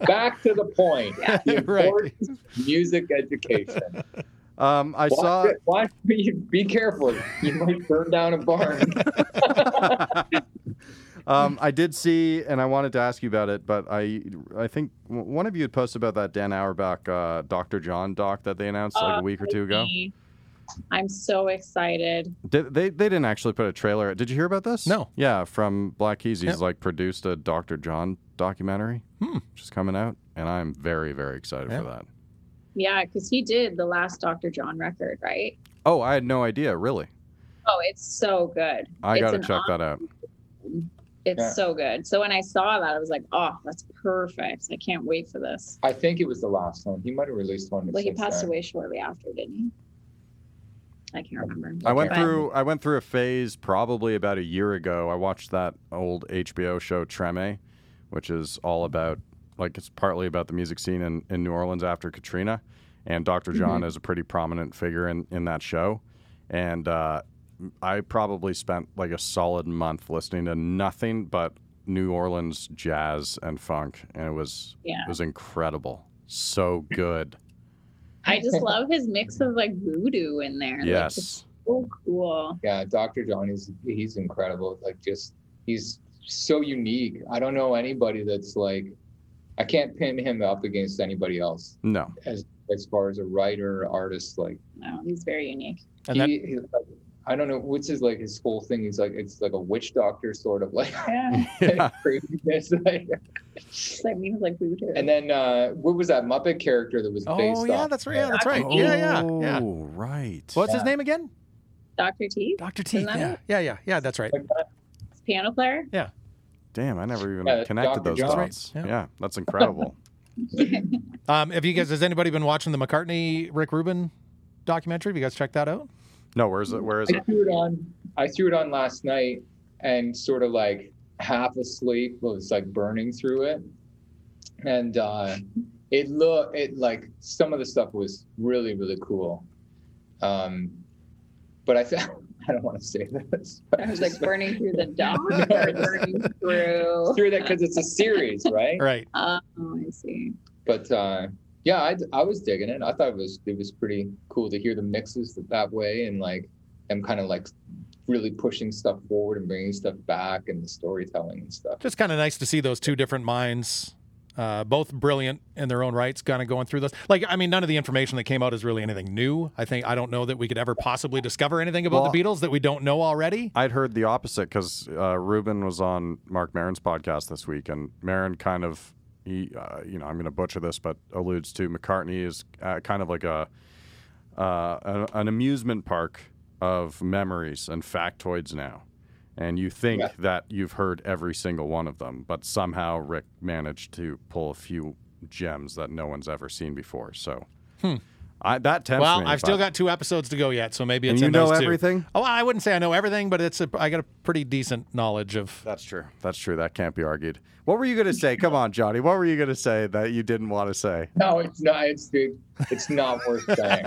Speaker 3: Back to the point. The
Speaker 2: Right.
Speaker 3: importance of music education.
Speaker 1: Um, I
Speaker 3: Watch
Speaker 1: saw.
Speaker 3: it. Watch be, *laughs* be careful. You might burn down a barn.
Speaker 1: um, I did see, and I wanted to ask you about it, but I, I think w- one of you had posted about that Dan Auerbach, uh, Doctor John doc that they announced
Speaker 3: Uh,
Speaker 1: like a week or two ago.
Speaker 4: Me. I'm so excited.
Speaker 1: Did, they they didn't actually put a trailer. Did you hear about this?
Speaker 2: No.
Speaker 1: Yeah, from Black Keys, he's
Speaker 2: Yeah.
Speaker 1: like produced a Doctor John documentary,
Speaker 2: Hmm.
Speaker 1: which is coming out, and I'm very very excited
Speaker 2: Yeah.
Speaker 1: for that.
Speaker 4: Yeah, because he did the last Dr. John record, right?
Speaker 1: Oh, I had no idea. Really,
Speaker 4: Oh, it's so good.
Speaker 1: I
Speaker 4: It's
Speaker 1: gotta
Speaker 4: an
Speaker 1: check that out.
Speaker 4: It's
Speaker 3: Yeah.
Speaker 4: so good. So when I saw that, I was like, oh, that's perfect. I can't wait for this.
Speaker 3: I think it was the last one. He might have released one.
Speaker 4: Well, he
Speaker 3: since
Speaker 4: passed
Speaker 3: then.
Speaker 4: away shortly after, didn't he? I can't remember.
Speaker 1: I went
Speaker 4: But-
Speaker 1: through I went through a phase probably about a year ago. I watched that old HBO show Treme, which is all about like it's partly about the music scene in, in New Orleans after Katrina. and Dr.
Speaker 4: Mm-hmm.
Speaker 1: John is a pretty prominent figure in in that show, and uh, I probably spent like a solid month listening to nothing but New Orleans jazz and funk, and it was
Speaker 4: Yeah.
Speaker 1: it was incredible, so good.
Speaker 4: I
Speaker 3: *laughs*
Speaker 4: just love his mix of like voodoo in there. Like, it's
Speaker 1: yes,
Speaker 4: so cool.
Speaker 3: Yeah, Dr. John is he's incredible. Like just he's so unique. I don't know anybody that's like I can't pin him up against anybody else
Speaker 1: no,
Speaker 3: as far as a writer, artist. Like
Speaker 4: No, he's very
Speaker 3: *laughs*
Speaker 4: unique.
Speaker 2: And
Speaker 3: he, he- like, I don't know what's his like his whole thing. He's like it's like a witch doctor sort
Speaker 2: *laughs*
Speaker 3: of like
Speaker 4: Yeah. *laughs*
Speaker 1: *laughs* yeah,
Speaker 3: *laughs* craziness. Like,
Speaker 4: that means like voodoo.
Speaker 3: and then uh what was that Muppet character that was based
Speaker 2: Oh
Speaker 3: on?
Speaker 2: yeah, that's right. Yeah, that's right. Yeah, yeah, yeah.
Speaker 1: Oh, right.
Speaker 2: What's his name again?
Speaker 4: Dr. T,
Speaker 2: Doctor T.
Speaker 4: Isn't that
Speaker 2: Yeah,
Speaker 4: it?
Speaker 2: yeah, yeah, yeah. That's right.
Speaker 4: piano player.
Speaker 1: Damn, I never even
Speaker 3: Yeah,
Speaker 1: connected
Speaker 3: Dr.
Speaker 1: those
Speaker 3: John.
Speaker 1: dots.
Speaker 2: Yeah.
Speaker 1: Yeah. that's incredible.
Speaker 2: Um, have you guys? Has anybody been watching the McCartney Rick Rubin documentary? Have you guys checked that out?
Speaker 1: No, where is it?
Speaker 3: *laughs*
Speaker 1: Where is
Speaker 3: I
Speaker 1: it?
Speaker 3: threw it on. I threw it on last night, and sort of like half asleep, was like burning through it, and uh, it looked it like some of the stuff was really really cool, um, but I *laughs* th- I don't want to say this.
Speaker 4: I was like burning through
Speaker 3: *laughs*
Speaker 4: the dog or burning through.
Speaker 3: through that because it's a series, *laughs* right?
Speaker 2: Right.
Speaker 4: Oh, I see.
Speaker 3: But uh, yeah, I, I was digging it. I thought it was it was pretty cool to hear the mixes that, that way and like them kind of like really pushing stuff forward and bringing stuff back and the storytelling and stuff.
Speaker 2: just kind of nice to see those two different minds uh, both brilliant in their own rights kind of going through this like i mean none of the information that came out is really anything new i think i don't know that we could ever possibly discover anything about
Speaker 1: Well-
Speaker 2: the beatles that we don't know already
Speaker 1: I'd heard the opposite because uh, Ruben was on Mark Marin's podcast this week, and Marin kind of, he, uh, you know, I'm going to butcher this, but alludes to McCartney is uh, kind of like a uh, an, an amusement park of memories and factoids now, and you think
Speaker 3: Yeah.
Speaker 1: that you've heard every single one of them, but somehow Rick managed to pull a few gems that no one's ever seen before. So,
Speaker 2: Hmm.
Speaker 1: I, that tempts
Speaker 2: well
Speaker 1: me.
Speaker 2: i've
Speaker 1: if
Speaker 2: still
Speaker 1: I-
Speaker 2: got two episodes to go yet so maybe
Speaker 1: And
Speaker 2: it's
Speaker 1: you
Speaker 2: in
Speaker 1: know
Speaker 2: those two.
Speaker 1: everything.
Speaker 2: oh i wouldn't say i know everything but it's a i got a pretty decent knowledge of
Speaker 1: That's true. That's true. That can't be argued. What were you going to say? Come on, Johnny. What were you going to say that you didn't want to
Speaker 3: *laughs*
Speaker 1: say?
Speaker 3: No, it's not. It's dude, it's not worth
Speaker 1: *laughs*
Speaker 3: saying.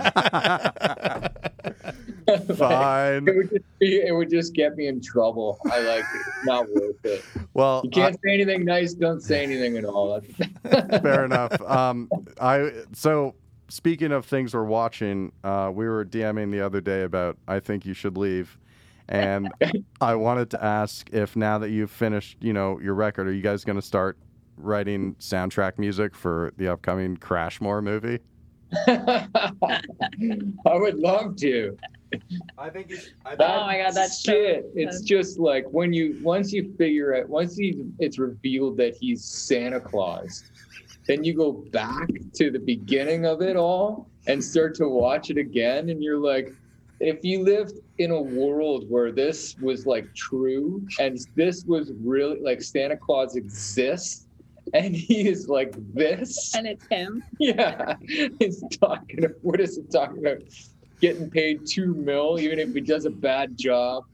Speaker 3: Like,
Speaker 1: Fine.
Speaker 3: it would just be, it would just get me in trouble. I like it's not worth it.
Speaker 1: Well,
Speaker 3: You can't say anything nice. Don't say anything
Speaker 1: *laughs*
Speaker 3: at all. *laughs* That's-
Speaker 1: uh, fair enough. Um, I so speaking of things we're watching, uh, we were DMing the other day about I think you should leave,
Speaker 3: *laughs*
Speaker 1: and I wanted to ask if now that you've finished, you know, your record, are you guys going to start writing soundtrack music for the upcoming Crashmore movie?
Speaker 3: I would love to.
Speaker 1: I think. You should, I
Speaker 4: Oh my God, that's so
Speaker 3: shit. It's
Speaker 4: fun.
Speaker 3: just like when you once you figure out once you it's revealed that he's Santa Claus, then you go back to the beginning of it all and start to watch it again, and you're like, if you lived in a world where this was like true and this was really like Santa Claus exists and he is like this
Speaker 4: And it's him.
Speaker 3: *laughs* yeah, he's talking. What is he talking about? Getting paid two mil, even if he does a bad job.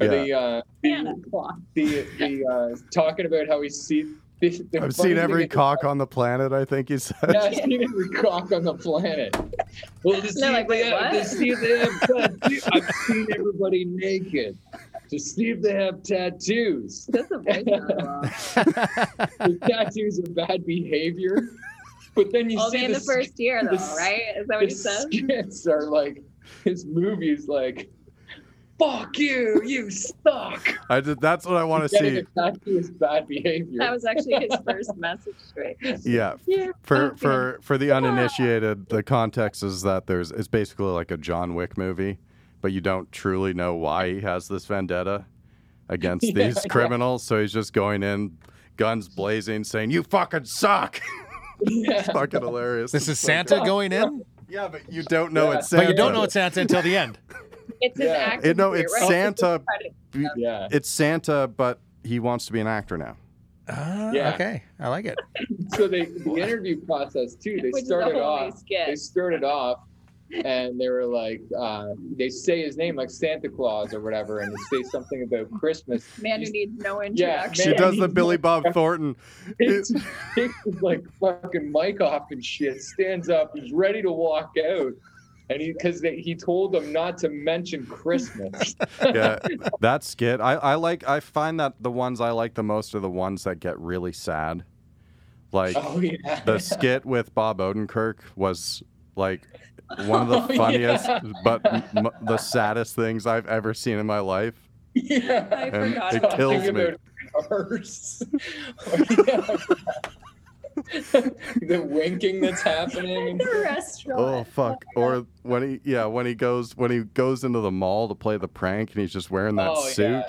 Speaker 3: Or The, uh,
Speaker 4: Santa
Speaker 3: the
Speaker 4: Claus.
Speaker 3: the, the uh, talking about how he sees. The, the funny
Speaker 1: I've seen
Speaker 3: thing
Speaker 1: every
Speaker 3: is-
Speaker 1: cock on the planet. I think he said.
Speaker 3: Yeah, I've seen every cock on the planet.
Speaker 4: *laughs*
Speaker 3: Well, to see,
Speaker 4: like,
Speaker 3: if they
Speaker 4: wait,
Speaker 3: have, to
Speaker 4: what?
Speaker 3: see if they
Speaker 4: *laughs*
Speaker 3: have tattoos. I've seen everybody naked. To see if they have tattoos.
Speaker 4: That's a voice dialogue.
Speaker 3: The tattoos are bad behavior. But then *laughs* you
Speaker 4: Only
Speaker 3: see
Speaker 4: in the,
Speaker 3: the
Speaker 4: first year, though,
Speaker 3: the-
Speaker 4: right? Is that what he
Speaker 3: his
Speaker 4: says?
Speaker 3: skits are like his movies like fuck you you suck
Speaker 1: I did, that's what I want to
Speaker 3: Getting
Speaker 1: see.
Speaker 3: attacked for his bad behavior
Speaker 4: That was actually his first message to it.
Speaker 1: Yeah.
Speaker 4: Yeah.
Speaker 1: For for for the uninitiated, the context is that there's it's basically like a John Wick movie, but you don't truly know why he has this vendetta against
Speaker 3: *laughs* Yeah,
Speaker 1: these
Speaker 3: yeah.
Speaker 1: criminals. So he's just going in, guns blazing, saying "You fucking suck."
Speaker 3: *laughs*
Speaker 1: *laughs*
Speaker 4: *laughs*
Speaker 3: yeah.
Speaker 1: fucking hilarious.
Speaker 2: this is
Speaker 1: It's so good.
Speaker 2: Santa going in
Speaker 1: Yeah, but you don't know
Speaker 3: Yeah.
Speaker 1: it's Santa.
Speaker 2: but you don't know it's Santa until the end
Speaker 4: It's his
Speaker 3: Yeah.
Speaker 4: act.
Speaker 1: It- no,
Speaker 4: of
Speaker 1: it's
Speaker 4: right?
Speaker 1: Santa.
Speaker 3: yeah
Speaker 1: it's Santa, but he wants to be an actor now.
Speaker 2: Ah,
Speaker 3: Yeah.
Speaker 2: okay i like it
Speaker 3: so they the interview process too they
Speaker 4: Which is a
Speaker 3: started
Speaker 4: whole new
Speaker 3: off
Speaker 4: skit.
Speaker 3: they started off and they were like, uh, they say his name like Santa Claus or whatever, and they say something about Christmas.
Speaker 4: Man who needs no
Speaker 3: Yeah,
Speaker 4: introduction.
Speaker 1: She
Speaker 3: man, *laughs*
Speaker 4: *laughs*
Speaker 1: does the
Speaker 3: he's
Speaker 1: Billy
Speaker 3: like-
Speaker 1: Bob Thornton.
Speaker 3: Takes takes his, like fucking mic off and shit, stands up, he's ready to walk out. And he, because he told them not to mention Christmas. *laughs*
Speaker 1: yeah, that skit. I, I like. I find that the ones I like the most are the ones that get really sad. Like
Speaker 3: oh, yeah.
Speaker 1: the skit with Bob Odenkirk was like one of the
Speaker 3: *laughs* Oh, yeah.
Speaker 1: funniest, but m- the saddest things I've ever seen in my life.
Speaker 3: *laughs* yeah.
Speaker 4: I
Speaker 1: And
Speaker 4: forgot
Speaker 1: it
Speaker 4: about
Speaker 1: kills
Speaker 4: that.
Speaker 1: me.
Speaker 3: about *laughs* cars. Oh, *laughs* the winking that's happening. *laughs*
Speaker 4: the restaurant.
Speaker 1: Oh fuck! Or when he yeah when he goes when he goes into the mall to play the prank and he's just wearing that
Speaker 3: Oh, yeah.
Speaker 1: suit.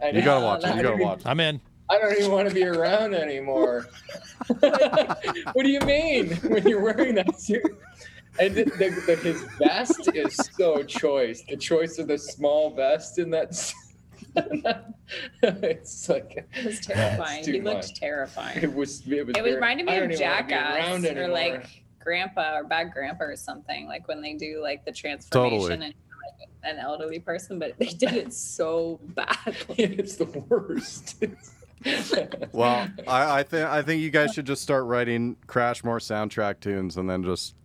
Speaker 3: And
Speaker 1: You gotta
Speaker 4: Yeah,
Speaker 1: watch it.
Speaker 4: that-
Speaker 1: You gotta watch. it.
Speaker 2: I'm in.
Speaker 3: I don't even want to be around anymore. *laughs* what do you mean when you're wearing that suit? And the, the, the, his vest is so choice. The choice of the small vest in that. s- *laughs* it's like
Speaker 4: It was
Speaker 3: It's
Speaker 4: terrifying.
Speaker 3: too
Speaker 4: He looked
Speaker 3: much.
Speaker 4: terrifying.
Speaker 3: it was. It was.
Speaker 4: It was
Speaker 3: very-
Speaker 4: reminded
Speaker 3: I
Speaker 4: me
Speaker 3: don't
Speaker 4: of
Speaker 3: even wanna be
Speaker 4: Jackass
Speaker 3: around
Speaker 4: or
Speaker 3: anymore.
Speaker 4: like Grandpa or Bad Grandpa or something. Like when they do like the transformation and like an elderly person, but they did it so *laughs* badly.
Speaker 3: it's the worst. *laughs*
Speaker 2: *laughs*
Speaker 1: Well, I, I think I think you guys should just start writing Crash more soundtrack tunes and then just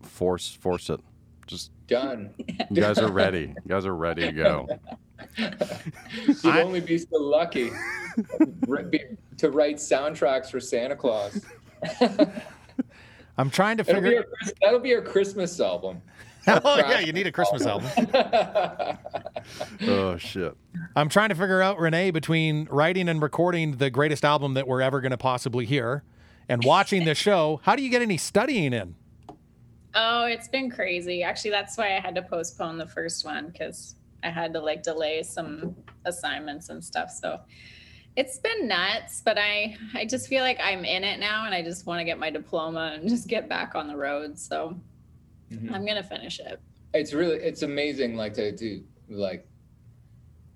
Speaker 1: force force it. Just
Speaker 3: done.
Speaker 1: you guys are ready.
Speaker 2: *laughs*
Speaker 1: You guys are ready to go.
Speaker 3: You'd only be so lucky r- be- to write soundtracks for Santa Claus.
Speaker 2: I'm trying to
Speaker 3: It'll be
Speaker 2: figure.
Speaker 3: our, Chris- that'll be our Christmas album. *laughs*
Speaker 2: *laughs* oh yeah, you need a Christmas album.
Speaker 3: Mm-hmm.
Speaker 1: Oh shit.
Speaker 2: I'm trying to figure out Renee between writing and recording the greatest album that we're ever going to possibly hear, and watching the show. How do you get any studying in?
Speaker 4: Oh, it's been crazy. Actually, that's why I had to postpone the first one because I had to like delay some assignments and stuff. So it's been nuts, but I I just feel like I'm in it now, and I just want to get my diploma and just get back on the road. So I'm gonna finish it.
Speaker 3: it's really it's amazing like to do like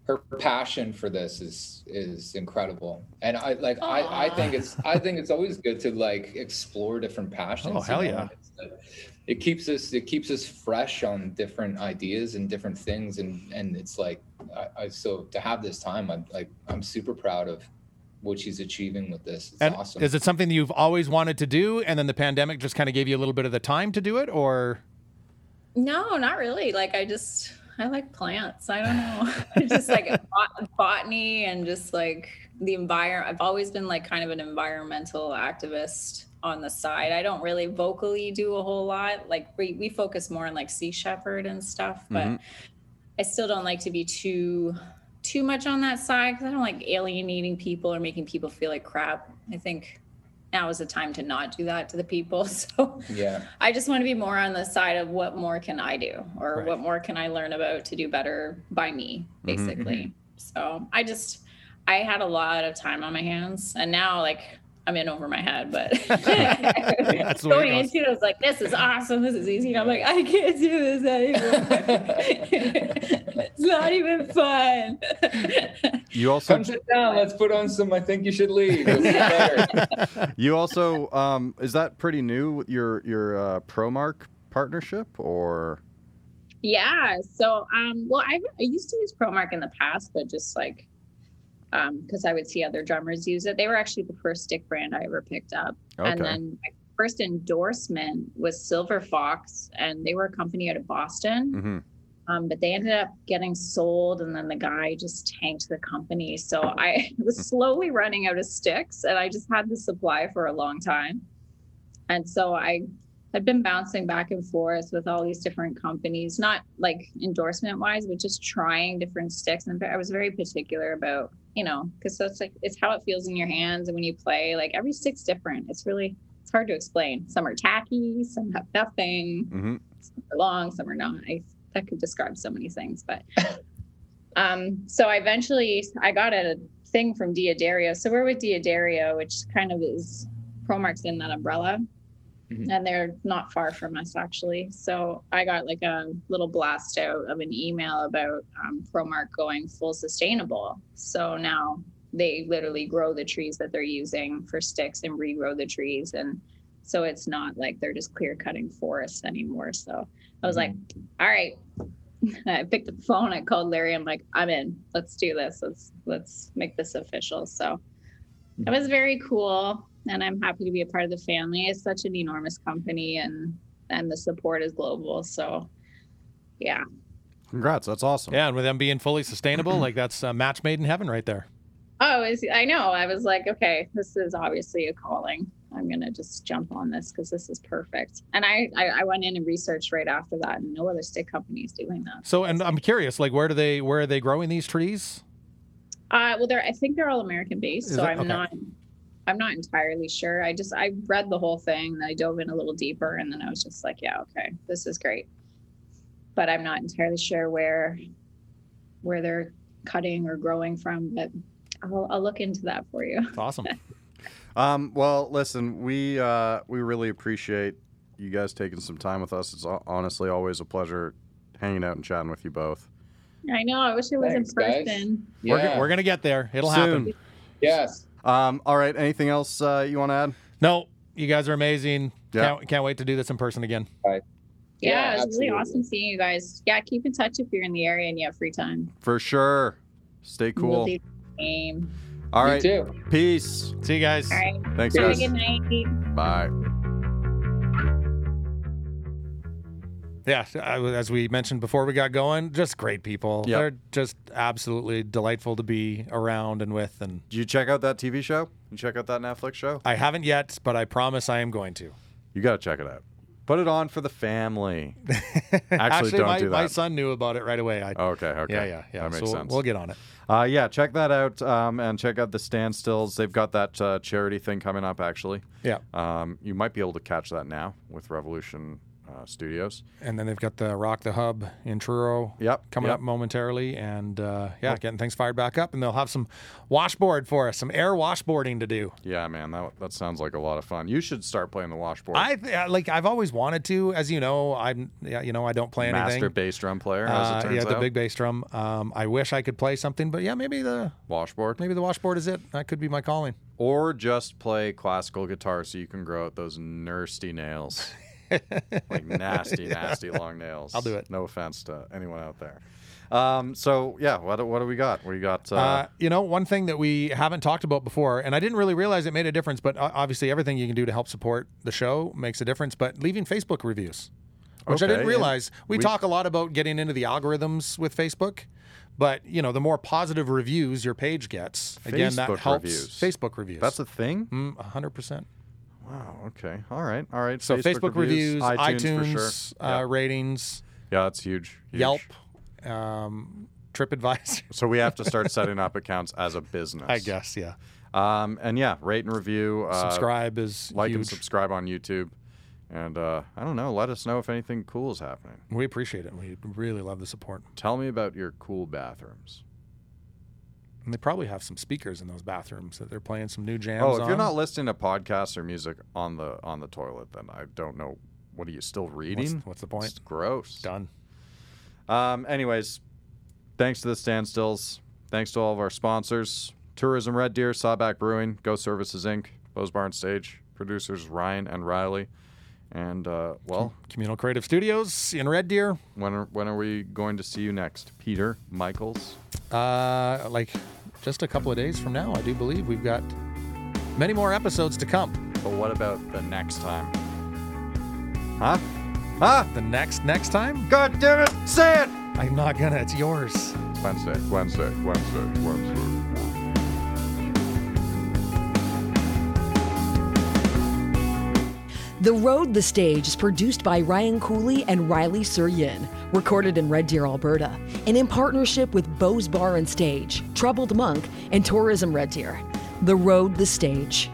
Speaker 3: her passion for this is is incredible and i like I, I
Speaker 4: Aw.
Speaker 3: think it's i think it's always good to like explore different passions
Speaker 2: Oh, hell
Speaker 3: you know?
Speaker 2: yeah.
Speaker 3: It's like- it keeps us it keeps us fresh on different ideas and different things and and it's like i, I so to have this time i'm like i'm super proud of what she's achieving with this it's
Speaker 2: And
Speaker 3: awesome
Speaker 2: is it something that you've always wanted to do, and then the pandemic just kind of gave you a little bit of the time to do it, or?
Speaker 4: No, not really. Like I just I like plants. I don't know. *laughs* It's just like bot- botany and just like the environment. I've always been like kind of an environmental activist on the side. I don't really vocally do a whole lot. Like we we focus more on like sea shepherd and stuff, but
Speaker 1: Mhm.
Speaker 4: I still don't like to be too too much on that side because I don't like alienating people or making people feel like crap. I think now is the time to not do that to the people. *laughs* So
Speaker 3: yeah
Speaker 4: I just want to be more on the side of what more can I do or
Speaker 2: Right. Mm-hmm,
Speaker 4: what more can I learn about to do better by me, basically. So I just, I had a lot of time on my hands and now like I'm in over my head,
Speaker 2: *laughs*
Speaker 4: but
Speaker 2: That's the way it
Speaker 4: going
Speaker 2: goes.
Speaker 4: into it, I was like, this is awesome. This is easy. And I'm like, I can't do this anymore. *laughs* it's not even fun. *laughs*
Speaker 1: You also
Speaker 3: come sit down let's put on some i think you should leave This is
Speaker 2: *laughs*
Speaker 3: better.
Speaker 1: you also um is that pretty new your your uh, ProMark partnership or
Speaker 4: Yeah. So, um, well, I've, I used to use ProMark in the past, but just like, um, because I would see other drummers use it. They were actually the first stick brand I ever picked up.
Speaker 1: okay.
Speaker 4: And then my first endorsement was Silver Fox, and they were a company out of Boston.
Speaker 1: mm-hmm.
Speaker 4: Um, but they ended up getting sold, and then the guy just tanked the company. So I *laughs* was slowly running out of sticks, and I just had the supply for a long time. And so I had been bouncing back and forth with all these different companies, not like endorsement wise, but just trying different sticks. And I was very particular about, you know, because that's like, it's how it feels in your hands. And when you play, like every stick's different. It's really, it's hard to explain. Some are tacky, some have nothing
Speaker 1: Mm-hmm.
Speaker 4: some are long, some are not. I that could describe so many things, but *laughs* um, so I eventually I got a thing from Diadario. So we're with Diadario, which kind of is Promark's in that umbrella.
Speaker 3: Mhm.
Speaker 4: And they're not far from us actually. So I got like a little blast out of an email about um, Promark going full sustainable. So now they literally grow the trees that they're using for sticks and regrow the trees and So it's not like they're just clear cutting forests anymore. So I was like, all right. *laughs* I picked up the phone. I called Larry. I'm like, I'm in. Let's do this. Let's let's make this official. So it was very cool, and I'm happy to be a part of the family. It's such an enormous company, and and the support is global. So yeah,
Speaker 1: Congrats. That's awesome.
Speaker 2: Yeah, and with them being fully sustainable, like that's a match made in heaven right there.
Speaker 4: Oh, it's, I know. I was like, okay, this is obviously a calling. I'm gonna just jump on this because this is perfect. And I, I, I went in and researched right after that, and no other stick company is doing that.
Speaker 2: So, and I'm curious, like, where do they, where are they growing these trees?
Speaker 4: Uh, well, they're I think they're all American based,
Speaker 2: Is
Speaker 4: so
Speaker 2: it?
Speaker 4: I'm
Speaker 2: Okay.
Speaker 4: not, I'm not entirely sure. I just I read the whole thing, and I dove in a little deeper, and then I was just like, yeah, okay, this is great. But I'm not entirely sure where, where they're cutting or growing from. But I'll, I'll look into that for you. *laughs*
Speaker 2: It's
Speaker 3: *laughs*
Speaker 2: awesome.
Speaker 1: Um, well, listen, we uh, we really appreciate you guys taking some time with us. It's ho- honestly always a pleasure hanging out and chatting with you both.
Speaker 4: I know. I wish it was
Speaker 3: Thanks,
Speaker 4: in
Speaker 3: guys.
Speaker 4: person.
Speaker 2: We're,
Speaker 3: Yeah.
Speaker 2: go- we're gonna get there. It'll happen.
Speaker 1: Soon.
Speaker 3: yes.
Speaker 1: Um, all right. Anything else uh, you want to add?
Speaker 2: No, you guys are amazing.
Speaker 1: Yeah.
Speaker 2: Can't, can't wait to do this in person again.
Speaker 4: Yeah,
Speaker 3: Yeah,
Speaker 4: it was
Speaker 3: absolutely.
Speaker 4: really awesome seeing you guys. Yeah, keep in touch if you're in the area and you have free time.
Speaker 1: For sure. Stay
Speaker 4: We'll
Speaker 1: cool.
Speaker 4: do the same.
Speaker 1: All
Speaker 3: you
Speaker 1: right.
Speaker 3: too.
Speaker 1: Peace.
Speaker 2: See you guys.
Speaker 4: All right.
Speaker 1: Thanks,
Speaker 4: Have a
Speaker 1: guys.
Speaker 4: good night.
Speaker 1: Bye.
Speaker 2: Yeah, I- as we mentioned before we got going, just great people.
Speaker 1: Yeah.
Speaker 2: They're just absolutely delightful to be around and with. And
Speaker 1: Did you check out that TV show? You check out that Netflix show?
Speaker 2: I haven't yet, but I promise I am
Speaker 1: *laughs*
Speaker 2: going to.
Speaker 1: You got to check it out. Put it on for the family.
Speaker 2: Actually,
Speaker 1: don't
Speaker 2: my,
Speaker 1: do that.
Speaker 2: my son knew about it right away. I,
Speaker 1: Oh, Okay. Okay.
Speaker 2: Yeah, yeah, yeah.
Speaker 1: That
Speaker 2: so
Speaker 1: makes
Speaker 2: we'll-
Speaker 1: sense.
Speaker 2: We'll get on it.
Speaker 1: Uh, yeah, check that out um, and check out the standstills. They've got that uh, charity thing coming up, actually.
Speaker 2: Yeah.
Speaker 1: Um, you might be able to catch that now with Revolution uh, Studios.
Speaker 2: And then they've got the Rock the Hub in Truro
Speaker 1: Yep.
Speaker 2: coming
Speaker 1: yep.
Speaker 2: up momentarily. And uh, yeah, getting things fired back up. And they'll have some washboard for us, some air washboarding to do.
Speaker 1: Yeah, man, that, that sounds like a lot of fun. You should start playing the washboard.
Speaker 2: I th- uh, like I've always wanted to, as you know, I'm yeah, you know, I don't play
Speaker 1: Master
Speaker 2: anything.
Speaker 1: bass drum player, as
Speaker 2: Uh,
Speaker 1: it turns
Speaker 2: yeah, the
Speaker 1: out.
Speaker 2: big bass drum. Um, I wish I could play something, but yeah, maybe the
Speaker 1: washboard.
Speaker 2: maybe the washboard is it. That could be my calling.
Speaker 1: Or just play classical guitar so you can grow out those nasty nails.
Speaker 2: *laughs*
Speaker 1: like nasty, nasty long nails.
Speaker 2: I'll do it.
Speaker 1: No offense to anyone out there. Um, so, yeah, what, do- what do we got? We got. Uh,
Speaker 2: Uh, you know, one thing that we haven't talked about before, and I didn't really realize it made a difference, but o- obviously everything you can do to help support the show makes a difference. But leaving Facebook reviews, which I
Speaker 1: Okay,
Speaker 2: didn't
Speaker 1: yeah.
Speaker 2: realize. We,
Speaker 1: We-
Speaker 2: talk a lot about getting into the algorithms with Facebook, but you know, the more positive reviews your page gets, again, that
Speaker 1: Facebook
Speaker 2: helps
Speaker 1: reviews.
Speaker 2: Facebook reviews.
Speaker 1: that's a thing?
Speaker 2: Mm, 100%.
Speaker 1: Wow. Okay. All right. All right.
Speaker 2: So Facebook, reviews, iTunes,
Speaker 1: for sure.
Speaker 2: uh,
Speaker 1: yeah.
Speaker 2: ratings,
Speaker 1: Yeah, that's huge, huge.
Speaker 2: Yelp, um, TripAdvisor.
Speaker 1: So we have to start setting up accounts as a business.
Speaker 2: *laughs* I guess, yeah.
Speaker 1: Um, and yeah, rate and review. Uh,
Speaker 2: Subscribe is
Speaker 1: Like and
Speaker 2: huge.
Speaker 1: subscribe on YouTube. And uh, I don't know. Let us know if anything cool is happening.
Speaker 2: we appreciate it. We really love the support.
Speaker 1: Tell me about your cool bathrooms.
Speaker 2: And they probably have some speakers in those bathrooms that they're playing some new jams
Speaker 1: Oh, if you're
Speaker 2: on.
Speaker 1: not listening to podcasts or music on the on the toilet, then I don't know. What are you still
Speaker 2: what's,
Speaker 1: reading?
Speaker 2: what's the point?
Speaker 1: It's gross.
Speaker 2: Done.
Speaker 1: Um, anyways, thanks to the standstills. Thanks to all of our sponsors Tourism Red Deer, Sawback Brewing, Go Services Inc., Bose Barn Stage, producers Ryan and Riley. And, uh, well,
Speaker 2: Communal Creative Studios in Red Deer.
Speaker 1: when are, when are we going to see you next? Peter Michaels.
Speaker 2: Uh, like just a couple of days from now, I do believe we've got many more episodes to come.
Speaker 1: But what about the next time? Huh? Huh?
Speaker 2: The next next time,
Speaker 1: God damn it! Say it!
Speaker 2: I'm not gonna. It's yours.
Speaker 1: Wednesday, Wednesday, Wednesday, Wednesday.
Speaker 5: The Road the Stage is produced by Ryan Cooley and Riley Suryin, recorded in Red Deer, Alberta, and in partnership with Bose Bar and Stage, Troubled Monk, and Tourism Red Deer. The Road the Stage.